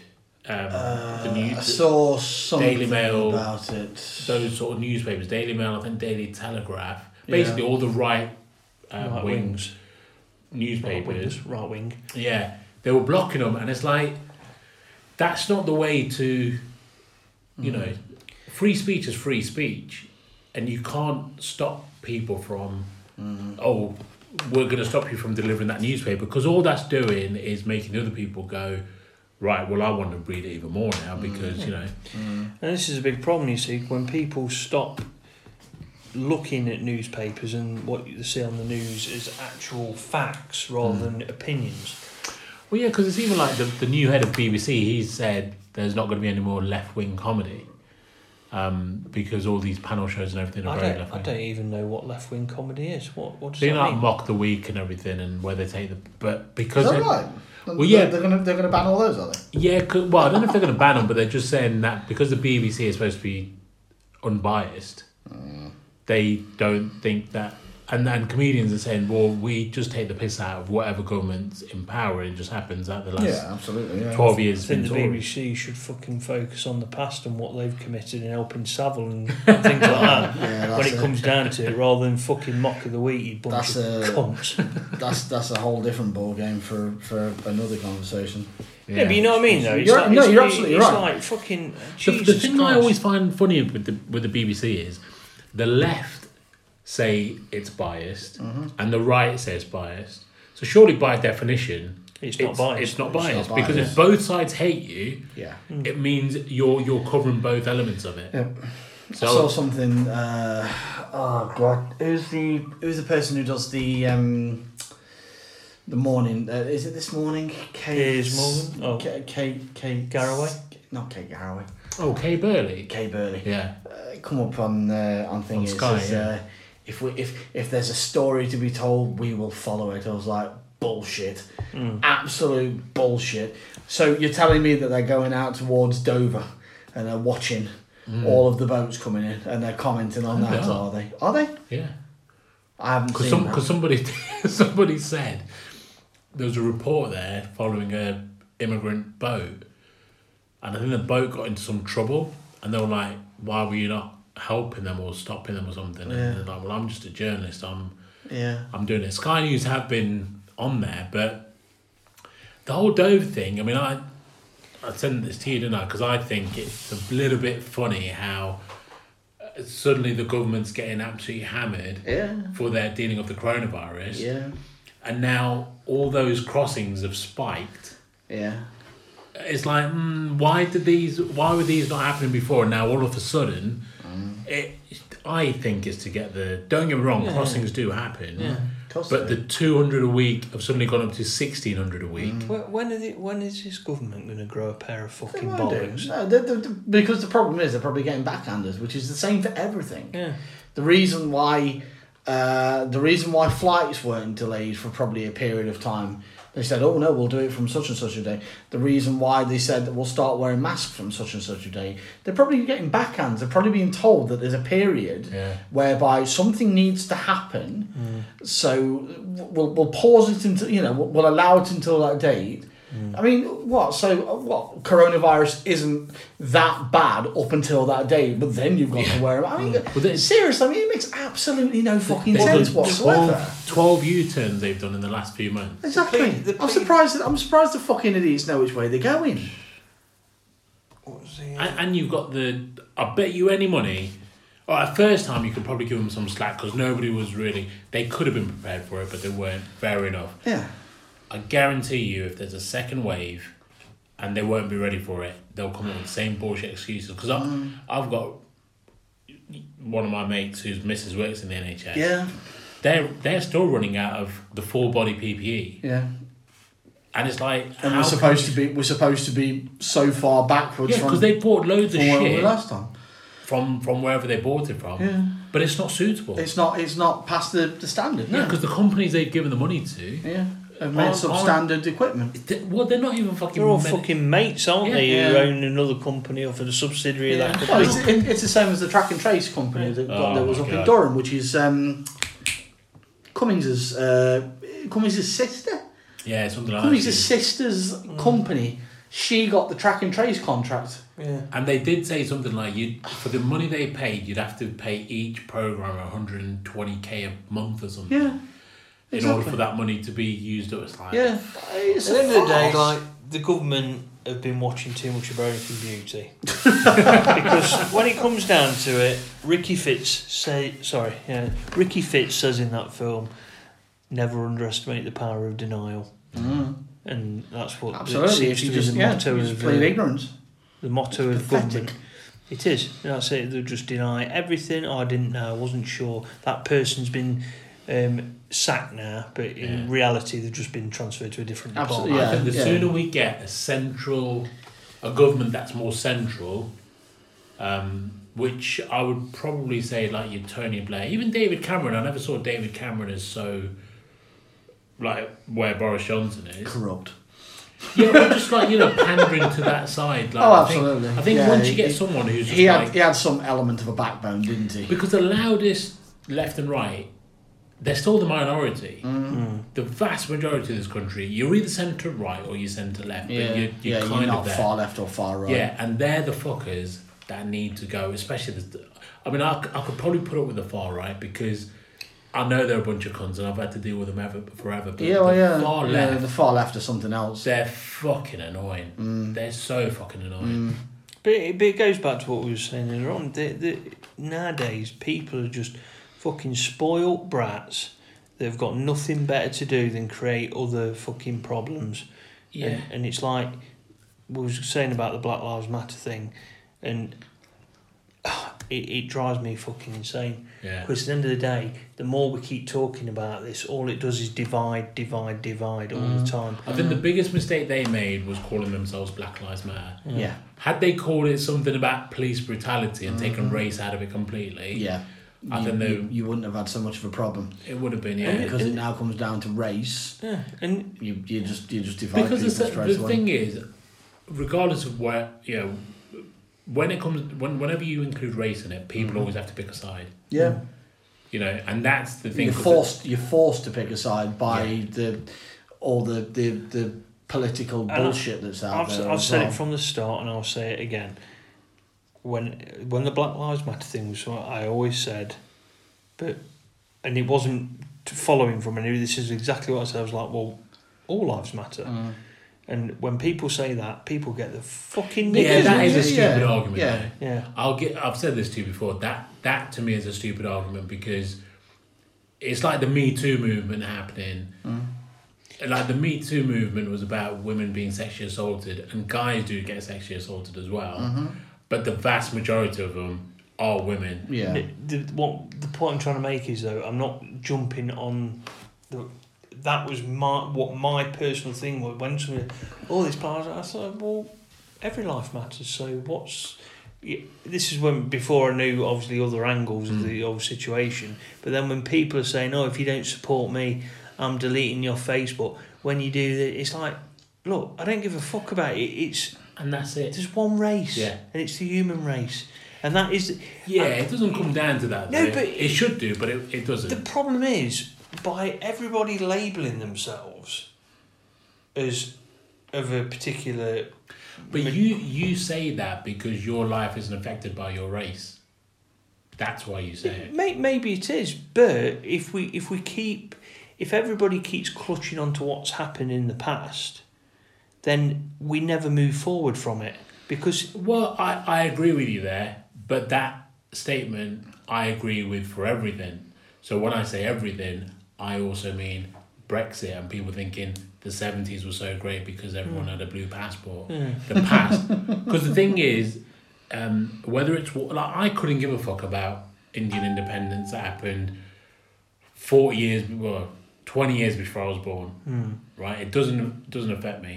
Speaker 3: um,
Speaker 1: Uh,
Speaker 3: the
Speaker 4: Uh, I
Speaker 3: news?
Speaker 4: saw something
Speaker 3: Daily Mail.
Speaker 4: about it.
Speaker 3: those sort of newspapers, Daily Mail, I think Daily Telegraph, basically all the right, uh,
Speaker 2: Right
Speaker 3: wing
Speaker 2: wings. Right
Speaker 3: newspapers.
Speaker 2: wingers, right wing.
Speaker 3: Yeah, they were blocking them, and it's like that's not the way to,
Speaker 2: Mm.
Speaker 3: you know, free speech is free speech, and you can't stop people from
Speaker 2: Mm-hmm.
Speaker 3: oh. We're going to stop you from delivering that newspaper because all that's doing is making other people go, right. Well, I want to read it even more now
Speaker 2: Mm-hmm.
Speaker 3: because you know,
Speaker 2: And this is a big problem, you see, when people stop looking at newspapers and what you see on the news as actual facts rather
Speaker 3: Hmm.
Speaker 2: than opinions.
Speaker 3: Well, yeah, because it's even like the, the new head of BBC. He said there's not going to be any more left wing comedy. um, because all these panel shows and everything are
Speaker 2: I
Speaker 3: very
Speaker 2: don't,
Speaker 3: left
Speaker 2: I
Speaker 3: wing.
Speaker 2: don't even know what left wing comedy is. What what does
Speaker 3: They
Speaker 2: that
Speaker 3: like
Speaker 2: mean?
Speaker 3: mock the week and everything, and where they take the but because
Speaker 1: Is that
Speaker 3: it-
Speaker 1: right?
Speaker 3: Well, yeah.
Speaker 1: They're going to they're gonna ban all those, are they?
Speaker 3: yeah, 'cause- well, I don't know if they're going to ban them, but they're just saying that because the BBC is supposed to be unbiased,
Speaker 1: Mm.
Speaker 3: they don't think that. And and comedians are saying, well, we just take the piss out of whatever government's in power, and it just happens that the last
Speaker 1: Yeah, absolutely. Yeah.
Speaker 3: twelve
Speaker 2: I
Speaker 3: years. has
Speaker 2: think
Speaker 3: been
Speaker 2: the
Speaker 3: Tory.
Speaker 2: BBC should fucking focus on the past and what they've committed in helping Savile and things like that.
Speaker 1: Yeah,
Speaker 2: when
Speaker 1: that's
Speaker 2: it
Speaker 1: it.
Speaker 2: comes down to it, rather than fucking mock of the week, you bunch
Speaker 1: That's
Speaker 2: of
Speaker 1: a-
Speaker 2: cunts.
Speaker 1: That's that's a whole different ball game for, for another conversation.
Speaker 2: Yeah. but you know what I mean, though. It's
Speaker 1: You're-
Speaker 2: like,
Speaker 1: no,
Speaker 2: it's,
Speaker 1: you're
Speaker 2: it's
Speaker 1: absolutely right.
Speaker 2: like fucking
Speaker 3: the,
Speaker 2: Jesus
Speaker 3: the thing I
Speaker 2: Christ.
Speaker 3: always find funny with the with the BBC is the left say it's biased
Speaker 1: Mm-hmm.
Speaker 3: and the right says biased. So surely by definition,
Speaker 2: It's not biased.
Speaker 3: It's not
Speaker 1: It's not
Speaker 3: biased, because if
Speaker 1: biased.
Speaker 3: both sides hate you,
Speaker 1: Yeah.
Speaker 3: it means you're you're covering both elements of it.
Speaker 1: Yep. I saw
Speaker 3: So
Speaker 1: something. Uh, oh God, who's the who's the person who does the um, the morning? Uh, is it this morning? Kate
Speaker 2: Piers Morgan? Oh.
Speaker 1: Kate, Kate Kate
Speaker 2: Garraway?
Speaker 1: Not Kate Garraway.
Speaker 3: okay, Oh, Burley.
Speaker 1: Kate Burley.
Speaker 3: Yeah,
Speaker 1: Uh, come up on uh, on thing
Speaker 3: On
Speaker 1: is,
Speaker 3: Sky,
Speaker 1: is,
Speaker 3: yeah.
Speaker 1: uh, if we if if there's a story to be told, we will follow it. I was like bullshit,
Speaker 3: Hmm.
Speaker 1: absolute bullshit. So you're telling me that they're going out towards Dover and they're watching
Speaker 3: Hmm.
Speaker 1: all of the boats coming in and they're commenting on
Speaker 3: I
Speaker 1: that?
Speaker 3: know.
Speaker 1: Are they? Are they?
Speaker 3: yeah.
Speaker 1: I haven't
Speaker 3: Because
Speaker 1: seen
Speaker 3: Oh, some,
Speaker 1: that.
Speaker 3: cause somebody somebody said there was a report there following a immigrant boat, and I think the boat got into some trouble, and they were like, "Why were you not helping them or stopping them or something?"
Speaker 1: Yeah.
Speaker 3: And they're like, "Well, I'm just a journalist. I'm
Speaker 1: Yeah.
Speaker 3: I'm doing it." Sky News have been on there, but the whole Dove thing. I mean, I I sent this to you, didn't I? Because I think it's a little bit funny how uh, suddenly the government's getting absolutely hammered
Speaker 1: Yeah.
Speaker 3: for their dealing of the coronavirus.
Speaker 1: Yeah.
Speaker 3: And now all those crossings have spiked.
Speaker 1: Yeah.
Speaker 3: It's like, mm, why did these? Why were these not happening before? And now all of a sudden, it. I think is to get the. Don't get me wrong, crossings do happen.
Speaker 1: course
Speaker 3: But
Speaker 1: they
Speaker 3: the two hundred a week have suddenly gone up to sixteen hundred a week.
Speaker 2: Wh- When, are the, when is this government going to grow a pair of fucking
Speaker 1: Why do?
Speaker 2: bollocks?
Speaker 1: No, the, the, the- because the problem is they're probably getting backhanders, which is the same for everything.
Speaker 2: Yeah.
Speaker 1: The reason why, uh, the reason why flights weren't delayed for probably a period of time, they said, "Oh no, we'll do it from such and such a day." The reason why they said that we'll start wearing masks from such and such a day, they're probably getting backhands. They're probably being told that there's a period
Speaker 3: Yeah.
Speaker 1: whereby something needs to happen. So w- we'll we'll pause it until you know we'll, we'll allow it until that date. I mean, what? So uh, what? Coronavirus isn't that bad up until that day, but then you've got to wear them. I mean,
Speaker 3: Well, there's-
Speaker 1: seriously, I mean, it makes absolutely no fucking
Speaker 3: Well,
Speaker 1: sense
Speaker 3: the
Speaker 1: whatsoever.
Speaker 3: 12 12 U-turns they've done in the last few months.
Speaker 1: Exactly.
Speaker 2: The plea- the
Speaker 1: I'm
Speaker 2: plea-
Speaker 1: surprised. That, I'm surprised the fucking idiots know which way they're going.
Speaker 2: What's the,
Speaker 3: And, and you've got the. I bet you any money. Well, at first time, you could probably give them some slack because nobody was really. They could have been prepared for it, but they weren't. Fair enough.
Speaker 1: Yeah.
Speaker 3: I guarantee you, if there's a second wave, and they won't be ready for it, they'll come up with the same bullshit excuses. Because
Speaker 1: Mm.
Speaker 3: I've got one of my mates whose missus works in the NHS.
Speaker 1: Yeah.
Speaker 3: They're they're still running out of the full body PPE,
Speaker 1: Yeah.
Speaker 3: and it's like
Speaker 1: And
Speaker 3: how
Speaker 1: we're supposed
Speaker 3: can
Speaker 1: to be. We're supposed to be so far
Speaker 3: you-
Speaker 1: backwards
Speaker 3: Yeah,
Speaker 1: from,
Speaker 3: because they bought loads of
Speaker 1: from where we were
Speaker 3: shit.
Speaker 1: last time.
Speaker 3: from from wherever they bought it from.
Speaker 1: Yeah.
Speaker 3: But it's not suitable.
Speaker 1: It's not. It's not past the, the standard.
Speaker 3: yeah,
Speaker 1: No.
Speaker 3: because the companies they've given the money to,
Speaker 1: Yeah. Have
Speaker 3: Aren't-
Speaker 1: made substandard equipment.
Speaker 3: they, well, they're not even fucking.
Speaker 2: they're all
Speaker 3: med-
Speaker 2: fucking mates, aren't they?
Speaker 1: Yeah.
Speaker 2: Who
Speaker 1: Yeah.
Speaker 2: own another company or for the subsidiary of that
Speaker 3: Yeah.
Speaker 1: Well,
Speaker 2: company.
Speaker 1: it's, it, it's the same as the track and trace company that, got,
Speaker 3: Oh
Speaker 1: that was
Speaker 3: my
Speaker 1: up
Speaker 3: God.
Speaker 1: in Durham, which is um, Cummings's uh, Cummings's sister.
Speaker 3: yeah, something like
Speaker 1: Cummings's
Speaker 3: that.
Speaker 1: sister's
Speaker 3: Mm.
Speaker 1: company. She got the track and trace contract.
Speaker 2: Yeah.
Speaker 3: And they did say something like you for the money they paid, you'd have to pay each program 120k a month or something.
Speaker 1: Yeah.
Speaker 3: In order
Speaker 1: exactly.
Speaker 3: for that money to be used up, it's like
Speaker 1: Yeah. It's
Speaker 2: At the end of the day,
Speaker 1: farce.
Speaker 2: like the government have been watching too much of American Beauty because when it comes down to it, Ricky Fitz say sorry, yeah, Ricky Fitz says in that film, never underestimate the power of denial,
Speaker 1: Mm.
Speaker 2: and that's what it
Speaker 1: Absolutely.
Speaker 2: seems
Speaker 1: If
Speaker 2: to
Speaker 1: you
Speaker 2: be
Speaker 1: just,
Speaker 2: the
Speaker 1: yeah,
Speaker 2: motto
Speaker 1: you just
Speaker 3: uh,
Speaker 2: of
Speaker 1: plain
Speaker 2: the,
Speaker 1: ignorance.
Speaker 2: the motto
Speaker 1: It's
Speaker 2: of
Speaker 1: pathetic.
Speaker 2: government. It is. That's it. They'll just deny everything. Oh, I didn't know. I wasn't sure. That person's been um, sacked now, but in
Speaker 3: Yeah.
Speaker 2: reality, they've just been transferred to a different
Speaker 1: Absolutely,
Speaker 2: department.
Speaker 3: I think the
Speaker 1: Yeah, yeah.
Speaker 3: sooner we get a central, a government that's more central, um, which I would probably say like your Tony Blair, even David Cameron. I never saw David Cameron as so like where Boris Johnson is.
Speaker 4: Corrupt.
Speaker 3: Yeah, but just like you know, pandering to that side. Like,
Speaker 4: Oh,
Speaker 3: I think-
Speaker 4: absolutely.
Speaker 3: I think,
Speaker 4: Yeah,
Speaker 3: once you get
Speaker 4: he-
Speaker 3: someone who's just
Speaker 4: He had
Speaker 3: like
Speaker 4: he had some element of a backbone, didn't he?
Speaker 3: because the loudest left and right, they're still the minority.
Speaker 4: Mm.
Speaker 3: The vast majority of this country, you're either centre right or you're centre left, but you're, you're
Speaker 4: yeah,
Speaker 3: kind
Speaker 4: you're
Speaker 3: of
Speaker 4: not
Speaker 3: there.
Speaker 4: far left or far right.
Speaker 3: Yeah, and they're the fuckers that need to go, especially the. I mean, I, c- I could probably put up with the far right because I know they're a bunch of cons and I've had to deal with them ever, forever. But
Speaker 4: Yeah, well,
Speaker 3: the
Speaker 4: yeah.
Speaker 3: far
Speaker 4: yeah,
Speaker 3: left,
Speaker 4: the far left or something else.
Speaker 3: they're fucking annoying.
Speaker 4: Mm.
Speaker 3: They're so fucking annoying.
Speaker 2: But it, but it goes back to what we were saying earlier on. The, the, nowadays, people are just fucking spoilt brats. They've got nothing better to do than create other fucking problems.
Speaker 3: Yeah.
Speaker 2: And, and it's like we was saying about the Black Lives Matter thing, and it, it drives me fucking insane.
Speaker 3: Yeah.
Speaker 2: Because at the end of the day, the more we keep talking about this, all it does is divide, divide, divide all the time.
Speaker 3: I think the biggest mistake they made was calling themselves Black Lives Matter.
Speaker 4: Yeah,
Speaker 3: Had they called it something about police brutality and
Speaker 4: Mm-hmm.
Speaker 3: taken race out of it completely,
Speaker 4: yeah.
Speaker 3: I
Speaker 4: you,
Speaker 3: think they-
Speaker 4: you, you wouldn't have had so much of a problem
Speaker 3: it would have been yeah.
Speaker 4: because it now comes down to race.
Speaker 2: Yeah. And
Speaker 4: You you just you just divide
Speaker 3: because
Speaker 4: people
Speaker 3: the,
Speaker 4: straight
Speaker 3: the
Speaker 4: away.
Speaker 3: thing is, regardless of where you know, when it comes when whenever you include race in
Speaker 4: Mm-hmm.
Speaker 3: it, people always have to pick a side.
Speaker 4: yeah,
Speaker 3: You know, and that's the thing.
Speaker 4: you're
Speaker 3: 'cause
Speaker 4: forced you're forced to pick a side by
Speaker 3: Yeah.
Speaker 4: the all the the, the political
Speaker 2: I-
Speaker 4: bullshit that's out
Speaker 2: I've,
Speaker 4: there.
Speaker 2: I've
Speaker 4: as
Speaker 2: said
Speaker 4: well.
Speaker 2: it from the start and I'll say it again. When when the Black Lives Matter thing was, on, I always said, but, and it wasn't t- following from any. This is exactly what I said. I was like, well, all lives matter.
Speaker 3: Mm.
Speaker 2: And when people say that, people get the fucking
Speaker 3: the- yeah,
Speaker 2: niggers.
Speaker 3: that is a
Speaker 4: Yeah,
Speaker 3: stupid
Speaker 4: yeah,
Speaker 3: argument.
Speaker 4: yeah.
Speaker 3: though.
Speaker 2: yeah.
Speaker 3: I'll get. I've said this to you before. That that to me is a stupid argument because it's like the Me Too movement happening.
Speaker 2: Mm.
Speaker 3: Like the Me Too movement was about women being sexually assaulted, and guys do get sexually assaulted as well.
Speaker 2: Mm.
Speaker 4: Mm-hmm.
Speaker 3: But the vast majority of them are women.
Speaker 4: yeah.
Speaker 2: The, the, what the point I'm trying to make is though, I'm not jumping on the. That was my what my personal thing was when somebody, all these powers. I thought, well, every life matters. So what's y- this is when before I knew obviously other angles of the whole situation. But then when people are saying, "Oh, if you don't support me, I'm deleting your Facebook." When you do that, it's like, look, I don't give a fuck about it. It's
Speaker 3: And that's it.
Speaker 2: there's one race,
Speaker 3: Yeah.
Speaker 2: and it's the human race, and that is
Speaker 3: Yeah, it doesn't come down to that.
Speaker 2: No,
Speaker 3: though.
Speaker 2: but-
Speaker 3: it should do, but it, it doesn't.
Speaker 2: The problem is by everybody labelling themselves as of a particular.
Speaker 3: but you you say that because your life isn't affected by your race. That's why you say it.
Speaker 2: May, maybe it is, but if we if we keep if everybody keeps clutching onto what's happened in the past, then we never move forward from it because
Speaker 3: Well, I, I agree with you there, but that statement I agree with for everything. So when I say everything, I also mean Brexit and people thinking the 70s were so great because everyone had a blue passport. The past. Because the thing is, um, whether it's wa- like I couldn't give a fuck about Indian independence that happened 40 years, well, 20 years before I was born, right? It doesn't doesn't affect me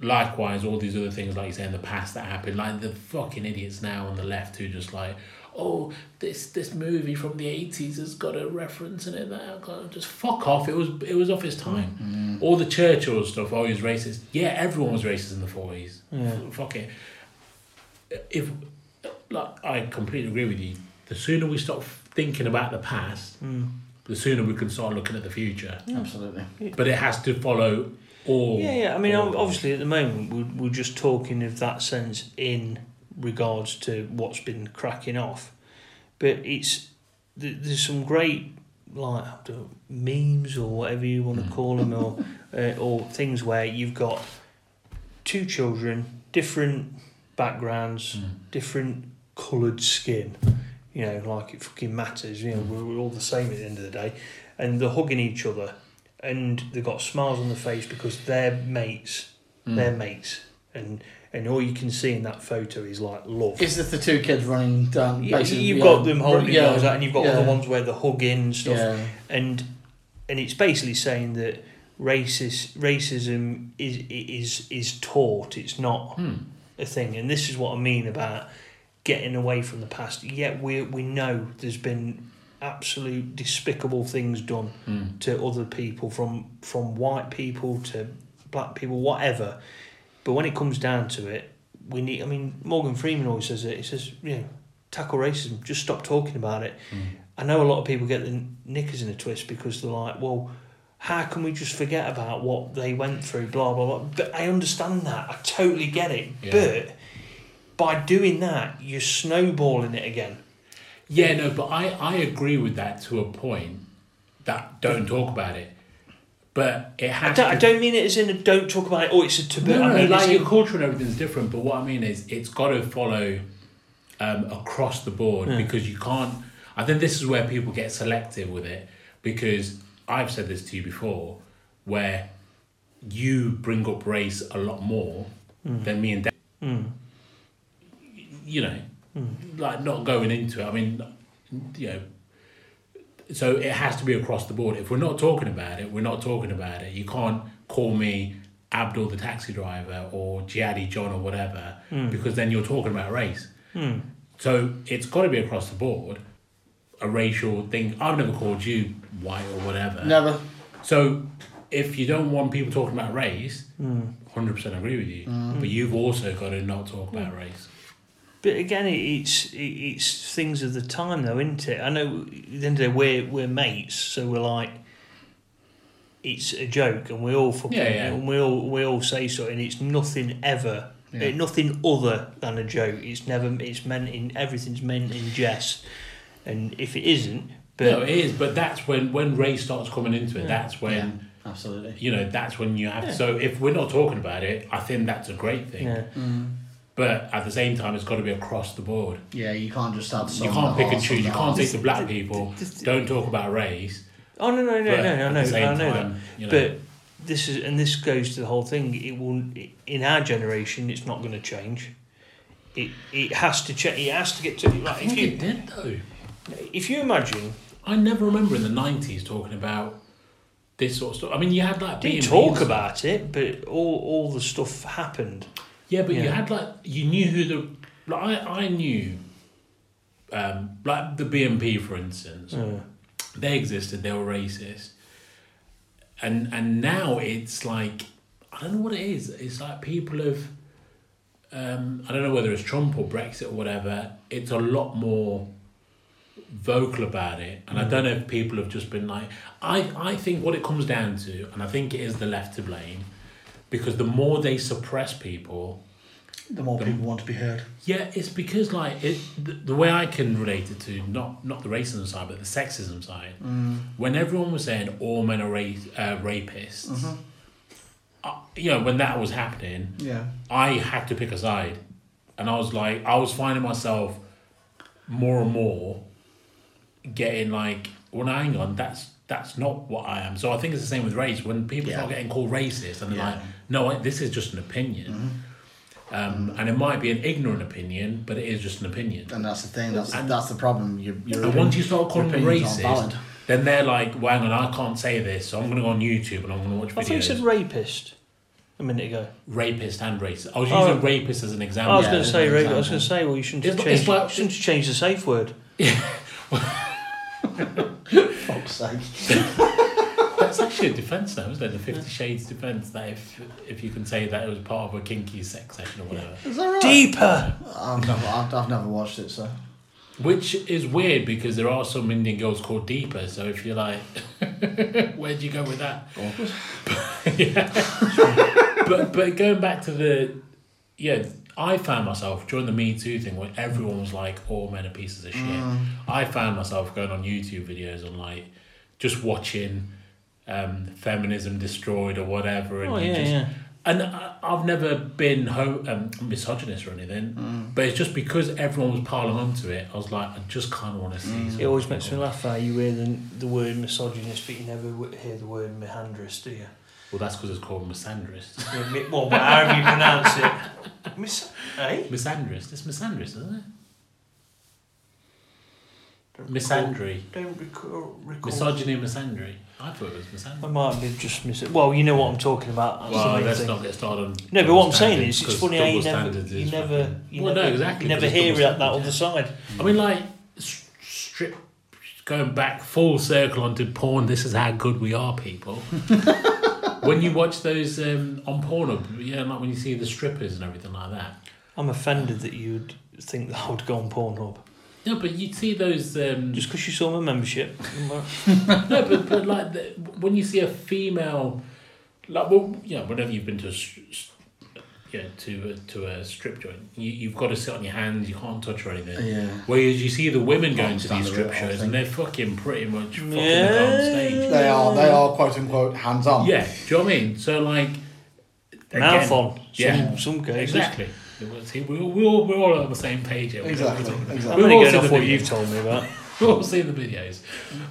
Speaker 3: likewise all these other things like you say in the past that happened like the fucking idiots now on the left who just like oh this this movie from the 80s has got a reference in it that I've got-" just fuck off it was it was off his time
Speaker 2: Mm-hmm.
Speaker 3: all the churchill stuff oh he's racist yeah everyone was racist in the 40s F- fuck it if like i completely agree with you the sooner we stop thinking about the past the sooner we can start looking at the future
Speaker 4: Absolutely.
Speaker 3: but it has to follow all
Speaker 2: yeah, yeah. I mean,
Speaker 3: all-
Speaker 2: ob- obviously at the moment we're, we're just talking of that sense in regards to what's been cracking off, but it's th- there's some great like I don't know, memes or whatever you want to call them or uh, or things where you've got two children, different backgrounds, different coloured skin. You know, like it fucking matters. You know, we're, we're all the same at the end of the day, and they're hugging each other, and they've got smiles on their face because they're mates.
Speaker 4: Hmm.
Speaker 2: They're mates, and and all you can see in that photo is like love.
Speaker 4: Mm. Is this the two kids running down?
Speaker 2: Yeah,
Speaker 4: basically,
Speaker 2: you've
Speaker 4: yeah,
Speaker 2: got them holding
Speaker 4: yeah,
Speaker 2: those out, and you've got
Speaker 4: yeah,
Speaker 2: other ones where the hugging and stuff,
Speaker 4: Yeah.
Speaker 2: and and it's basically saying that racist racism is
Speaker 4: Hmm.
Speaker 2: is is taught. It's not a thing, and this is what I mean about getting away from the past. Yet we we know there's been absolute despicable things done to other people from from white people to black people, whatever. But when it comes down to it, we need. I mean, Morgan Freeman always says it. He says, you know, tackle racism. Just stop talking about it. I know a lot of people get the knickers in a twist because they're like, well, how can we just forget about what they went through? Blah blah blah. But I understand that. I totally get it.
Speaker 3: Yeah.
Speaker 2: But by doing that, you're snowballing it again.
Speaker 3: Yeah, no, but I, I agree with that to a point that don't talk about it. But it
Speaker 2: I
Speaker 3: has
Speaker 2: don't, I
Speaker 3: to
Speaker 2: don't mean it as in a don't talk about it. Oh, it's a taboo.
Speaker 3: No,
Speaker 2: I
Speaker 3: no,
Speaker 2: mean,
Speaker 3: like
Speaker 2: it's-
Speaker 3: your culture and everything's different, but what I mean is it's got to follow um, across the board because you can't. I think this is where people get selective with it because I've said this to you before, where you bring up race a lot more
Speaker 2: Mm.
Speaker 3: than me and Dan. You know, like not going into it. I mean, you know. So it has to be across the board. If we're not talking about it, we're not talking about it. You can't call me Abdul the taxi driver or Jihadi John or whatever because then you're talking about race. So it's got to be across the board, a racial thing. I've never called you white or
Speaker 2: Uh,
Speaker 3: whatever.
Speaker 4: Never.
Speaker 3: So if you don't want people talking about race, hundred percent agree with you. But you've also got to not talk about race.
Speaker 2: But again, it- it's it- it's things of the time, though, isn't it? I know at the end of the day we're we're mates, so we're like, it's a joke, and we all fucking
Speaker 3: Yeah, yeah.
Speaker 2: and we all we all say so, and it's nothing ever,
Speaker 3: Yeah.
Speaker 2: eh, nothing other than a joke. It's never it's meant in everything's meant in jest, and if it isn't, but
Speaker 3: no, it is. But that's when when race starts coming into it. That's when.
Speaker 4: Yeah, absolutely.
Speaker 3: you know that's when you have so if we're not talking about it i think that's a great thing
Speaker 2: yeah.
Speaker 3: but at the same time it's got to be across the board
Speaker 4: Yeah, you can't just have some.
Speaker 3: you can't pick and
Speaker 4: half
Speaker 3: choose you
Speaker 4: that
Speaker 3: can't
Speaker 4: half.
Speaker 3: say to black people
Speaker 2: just-
Speaker 3: don't talk about race
Speaker 2: Oh no no no
Speaker 3: But
Speaker 2: no no
Speaker 3: at
Speaker 2: I
Speaker 3: the
Speaker 2: know
Speaker 3: same
Speaker 2: I know that.
Speaker 3: time, you know.
Speaker 2: But this is and this goes to the whole thing. It will in our generation. It's not going to change. It it has to change. It has to get to
Speaker 3: i
Speaker 2: like
Speaker 3: think
Speaker 2: if
Speaker 3: it
Speaker 2: you
Speaker 3: did though
Speaker 2: if you imagine
Speaker 3: i never remember in the 90s talking about this sort of stuff i mean you had like
Speaker 2: didn't
Speaker 3: B&Bs.
Speaker 2: talk about it, but all all the stuff happened.
Speaker 3: yeah but you
Speaker 2: Yeah.
Speaker 3: had like you knew who the like i, I knew um, like the bmp for instance
Speaker 2: Yeah.
Speaker 3: they existed they were racist and and now it's like i don't know what it is it's like people have um i don't know whether it's trump or brexit or whatever it's a lot more vocal about it and i
Speaker 2: Mm.
Speaker 3: don't know if people have just been like i i think what it comes down to and i think it is the left to blame because the more they suppress people
Speaker 4: The more people want to be heard.
Speaker 3: yeah, it's because like it, the, the way I can relate it to not not the racism side, but the sexism side. When everyone was saying all men are ra- uh, rapists, I, you know, when that was happening,
Speaker 4: Yeah.
Speaker 3: I had to pick a side, and I was like, I was finding myself more and more getting like, well, now, hang on, that's that's not what I am. So I think it's the same with race. When people
Speaker 4: Yeah.
Speaker 3: start getting called racist, and they're
Speaker 4: Yeah. Mm-hmm.
Speaker 3: like, no, I, this is just an opinion. Um, and it might be an ignorant opinion, but it is just an opinion.
Speaker 4: And that's the thing. That's that's the problem. You're, you're
Speaker 3: And once you start calling them
Speaker 4: opinions aren't
Speaker 3: racist,
Speaker 4: valid.
Speaker 3: then they're like, well, hang on, I can't say this, so I'm going to go on YouTube and I'm going to watch
Speaker 2: I think you
Speaker 3: videos.
Speaker 2: said rapist a minute ago.
Speaker 3: rapist and racist. I was
Speaker 2: Oh.
Speaker 3: using rapist as an
Speaker 2: I
Speaker 3: example.
Speaker 2: was going
Speaker 4: there's
Speaker 2: to
Speaker 4: an
Speaker 2: say rapist. I was
Speaker 4: example.
Speaker 2: going to say well you shouldn't
Speaker 3: It's
Speaker 2: have
Speaker 3: not- it's
Speaker 2: changed,
Speaker 3: like-
Speaker 2: shouldn't have changed the safe word.
Speaker 4: Fuck's sake.
Speaker 3: That's actually a defence now, isn't it? The Fifty Shades defence that if if you can say that it was part of a kinky sex session or whatever.
Speaker 4: Is that right?
Speaker 2: Deeper.
Speaker 4: I've never, I've, I've never watched it, so.
Speaker 3: Which is weird because there are some Indian girls called Deeper, so if you're like where'd you go with that? yeah. but but going back to the yeah, I found myself during the Me Too thing when everyone was like, all men are pieces of shit.
Speaker 2: Mm.
Speaker 3: I found myself going on YouTube videos and like just watching um, feminism destroyed or whatever and
Speaker 2: Oh
Speaker 3: you
Speaker 2: yeah
Speaker 3: just
Speaker 2: yeah.
Speaker 3: and I, I've never been ho- um, misogynist or anything,
Speaker 4: Mm.
Speaker 3: but it's just because everyone was piling onto it, I was like, I just kind of want to see. something
Speaker 2: Mm. It always makes me
Speaker 3: cool.
Speaker 2: laugh how you hear the, the word misogynist, but you never w- hear the word misandrist, do you?
Speaker 3: Well, that's because it's called misandrist.
Speaker 2: Yeah, mi- well, but however you pronounce it. Mis- eh?
Speaker 3: misandrist. It's misandrist, isn't it?
Speaker 2: Don't
Speaker 3: Misandry.
Speaker 2: recall- Don't recall. recall.
Speaker 3: Misogyny and misandry. I thought it was
Speaker 2: I
Speaker 3: misandry.
Speaker 2: might be just miss it. Well, you know what I'm talking about. That's the
Speaker 3: Well,
Speaker 2: main
Speaker 3: let's
Speaker 2: thing.
Speaker 3: not get started on.
Speaker 2: No, but
Speaker 3: double
Speaker 2: what I'm saying
Speaker 3: standards,
Speaker 2: is, it's
Speaker 3: 'cause
Speaker 2: funny how you
Speaker 3: double
Speaker 2: never,
Speaker 3: standards
Speaker 2: you
Speaker 3: is
Speaker 2: never,
Speaker 3: fucking-
Speaker 2: you
Speaker 3: well,
Speaker 2: never,
Speaker 3: no, exactly.
Speaker 2: you never
Speaker 3: 'cause it's
Speaker 2: hear
Speaker 3: double
Speaker 2: that, that
Speaker 3: standards,
Speaker 2: other
Speaker 3: yeah.
Speaker 2: side.
Speaker 3: I mean, like s- strip going back full circle onto porn. This is how good we are, people. when you watch those um, on Pornhub, yeah, like when you see the strippers and everything like that.
Speaker 2: I'm offended that you'd think that I would go on Pornhub
Speaker 3: No, but you see those. Um,
Speaker 2: just because you saw my membership.
Speaker 3: no, but, but like the, when you see a female, like well, you know, whenever you've been to a, s- s- you know, to a, to a strip joint, you you've got to sit on your hands. You can't touch or anything.
Speaker 4: Yeah.
Speaker 3: Whereas you see the women going
Speaker 4: Can't
Speaker 3: to these
Speaker 4: stand the
Speaker 3: strip
Speaker 4: bit, I
Speaker 3: shows
Speaker 4: think.
Speaker 3: and they're fucking pretty much fucking
Speaker 2: Yeah.
Speaker 3: the on stage.
Speaker 4: They are they are quote unquote hands on.
Speaker 3: Yeah, do you know what I mean? So like,
Speaker 2: Mouth on. Some,
Speaker 3: yeah.
Speaker 2: some cases.
Speaker 3: exactly. See, we all, we all, we're all on the same page. here. We don't-
Speaker 4: Exactly.
Speaker 2: I'm
Speaker 4: Exactly.
Speaker 3: We've
Speaker 2: only
Speaker 3: all
Speaker 2: going
Speaker 3: seen
Speaker 2: off
Speaker 3: the
Speaker 2: what
Speaker 3: video.
Speaker 2: you've told me about.
Speaker 3: We've all seen the videos,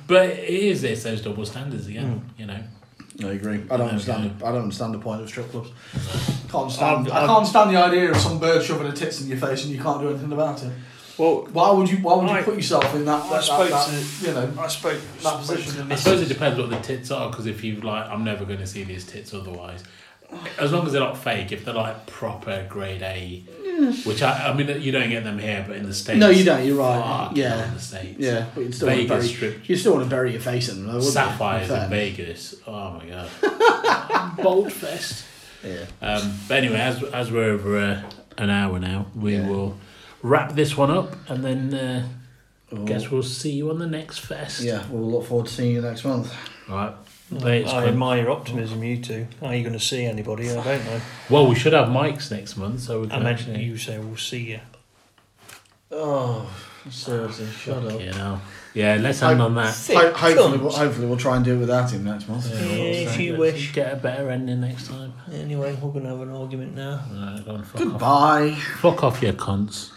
Speaker 3: but it is it's those double standards again.
Speaker 4: Hmm.
Speaker 3: You know,
Speaker 4: I agree. I don't understand. I don't understand the point of strip clubs.
Speaker 1: Can't stand.
Speaker 2: I've-
Speaker 1: I
Speaker 2: I've-
Speaker 1: can't stand the idea of some bird shoving a tits in your face and you can't do anything about it.
Speaker 2: Well,
Speaker 1: Why would you? Why would you
Speaker 2: I-
Speaker 1: put yourself in that? that,
Speaker 2: I
Speaker 1: that,
Speaker 2: spoke
Speaker 1: that,
Speaker 2: to-
Speaker 1: you know.
Speaker 2: I spoke
Speaker 1: That position.
Speaker 3: I suppose it depends what the tits are. Because if you've like, I'm never going to see these tits otherwise. As long as they're not fake, if they're like proper grade A, which I, I mean, you don't get them here, but in the states,
Speaker 4: Mm. No, you don't. You're right.
Speaker 3: Fuck, not in
Speaker 4: Yeah.
Speaker 3: the states,
Speaker 4: Yeah, but you'd still want to
Speaker 3: Vegas
Speaker 4: bury.
Speaker 3: strip.
Speaker 4: You'd still want to bury your face in them. though, wouldn't you?
Speaker 3: Sapphires
Speaker 4: Fair.
Speaker 3: in Vegas. Oh my god, bold fest.
Speaker 4: Yeah.
Speaker 3: Um, but anyway, as as we're over uh, an hour now, we
Speaker 4: Yeah.
Speaker 3: will wrap this one up, and then uh, guess we'll see you on the next fest.
Speaker 4: Oh. Yeah, we'll look forward to seeing you next month.
Speaker 3: All right. Thanks,
Speaker 2: I
Speaker 3: Clint.
Speaker 2: admire your optimism, you two. Are you going to see anybody? I don't know.
Speaker 3: well, we should have mics next month, so we
Speaker 2: I
Speaker 3: can
Speaker 2: imagine
Speaker 3: actually-
Speaker 2: you say we'll see you.
Speaker 4: Oh, seriously, shut up.
Speaker 3: You know. Yeah, let's end on that.
Speaker 4: Ho- hopefully, we'll, hopefully, we'll try and do without him next month.
Speaker 3: Yeah,
Speaker 2: if
Speaker 3: so
Speaker 2: you
Speaker 3: let's
Speaker 2: wish.
Speaker 3: Get a better ending next time.
Speaker 2: Anyway, we're going to have an argument now.
Speaker 3: All right, go on, fuck, off.
Speaker 4: Goodbye.
Speaker 3: fuck off, you cunts.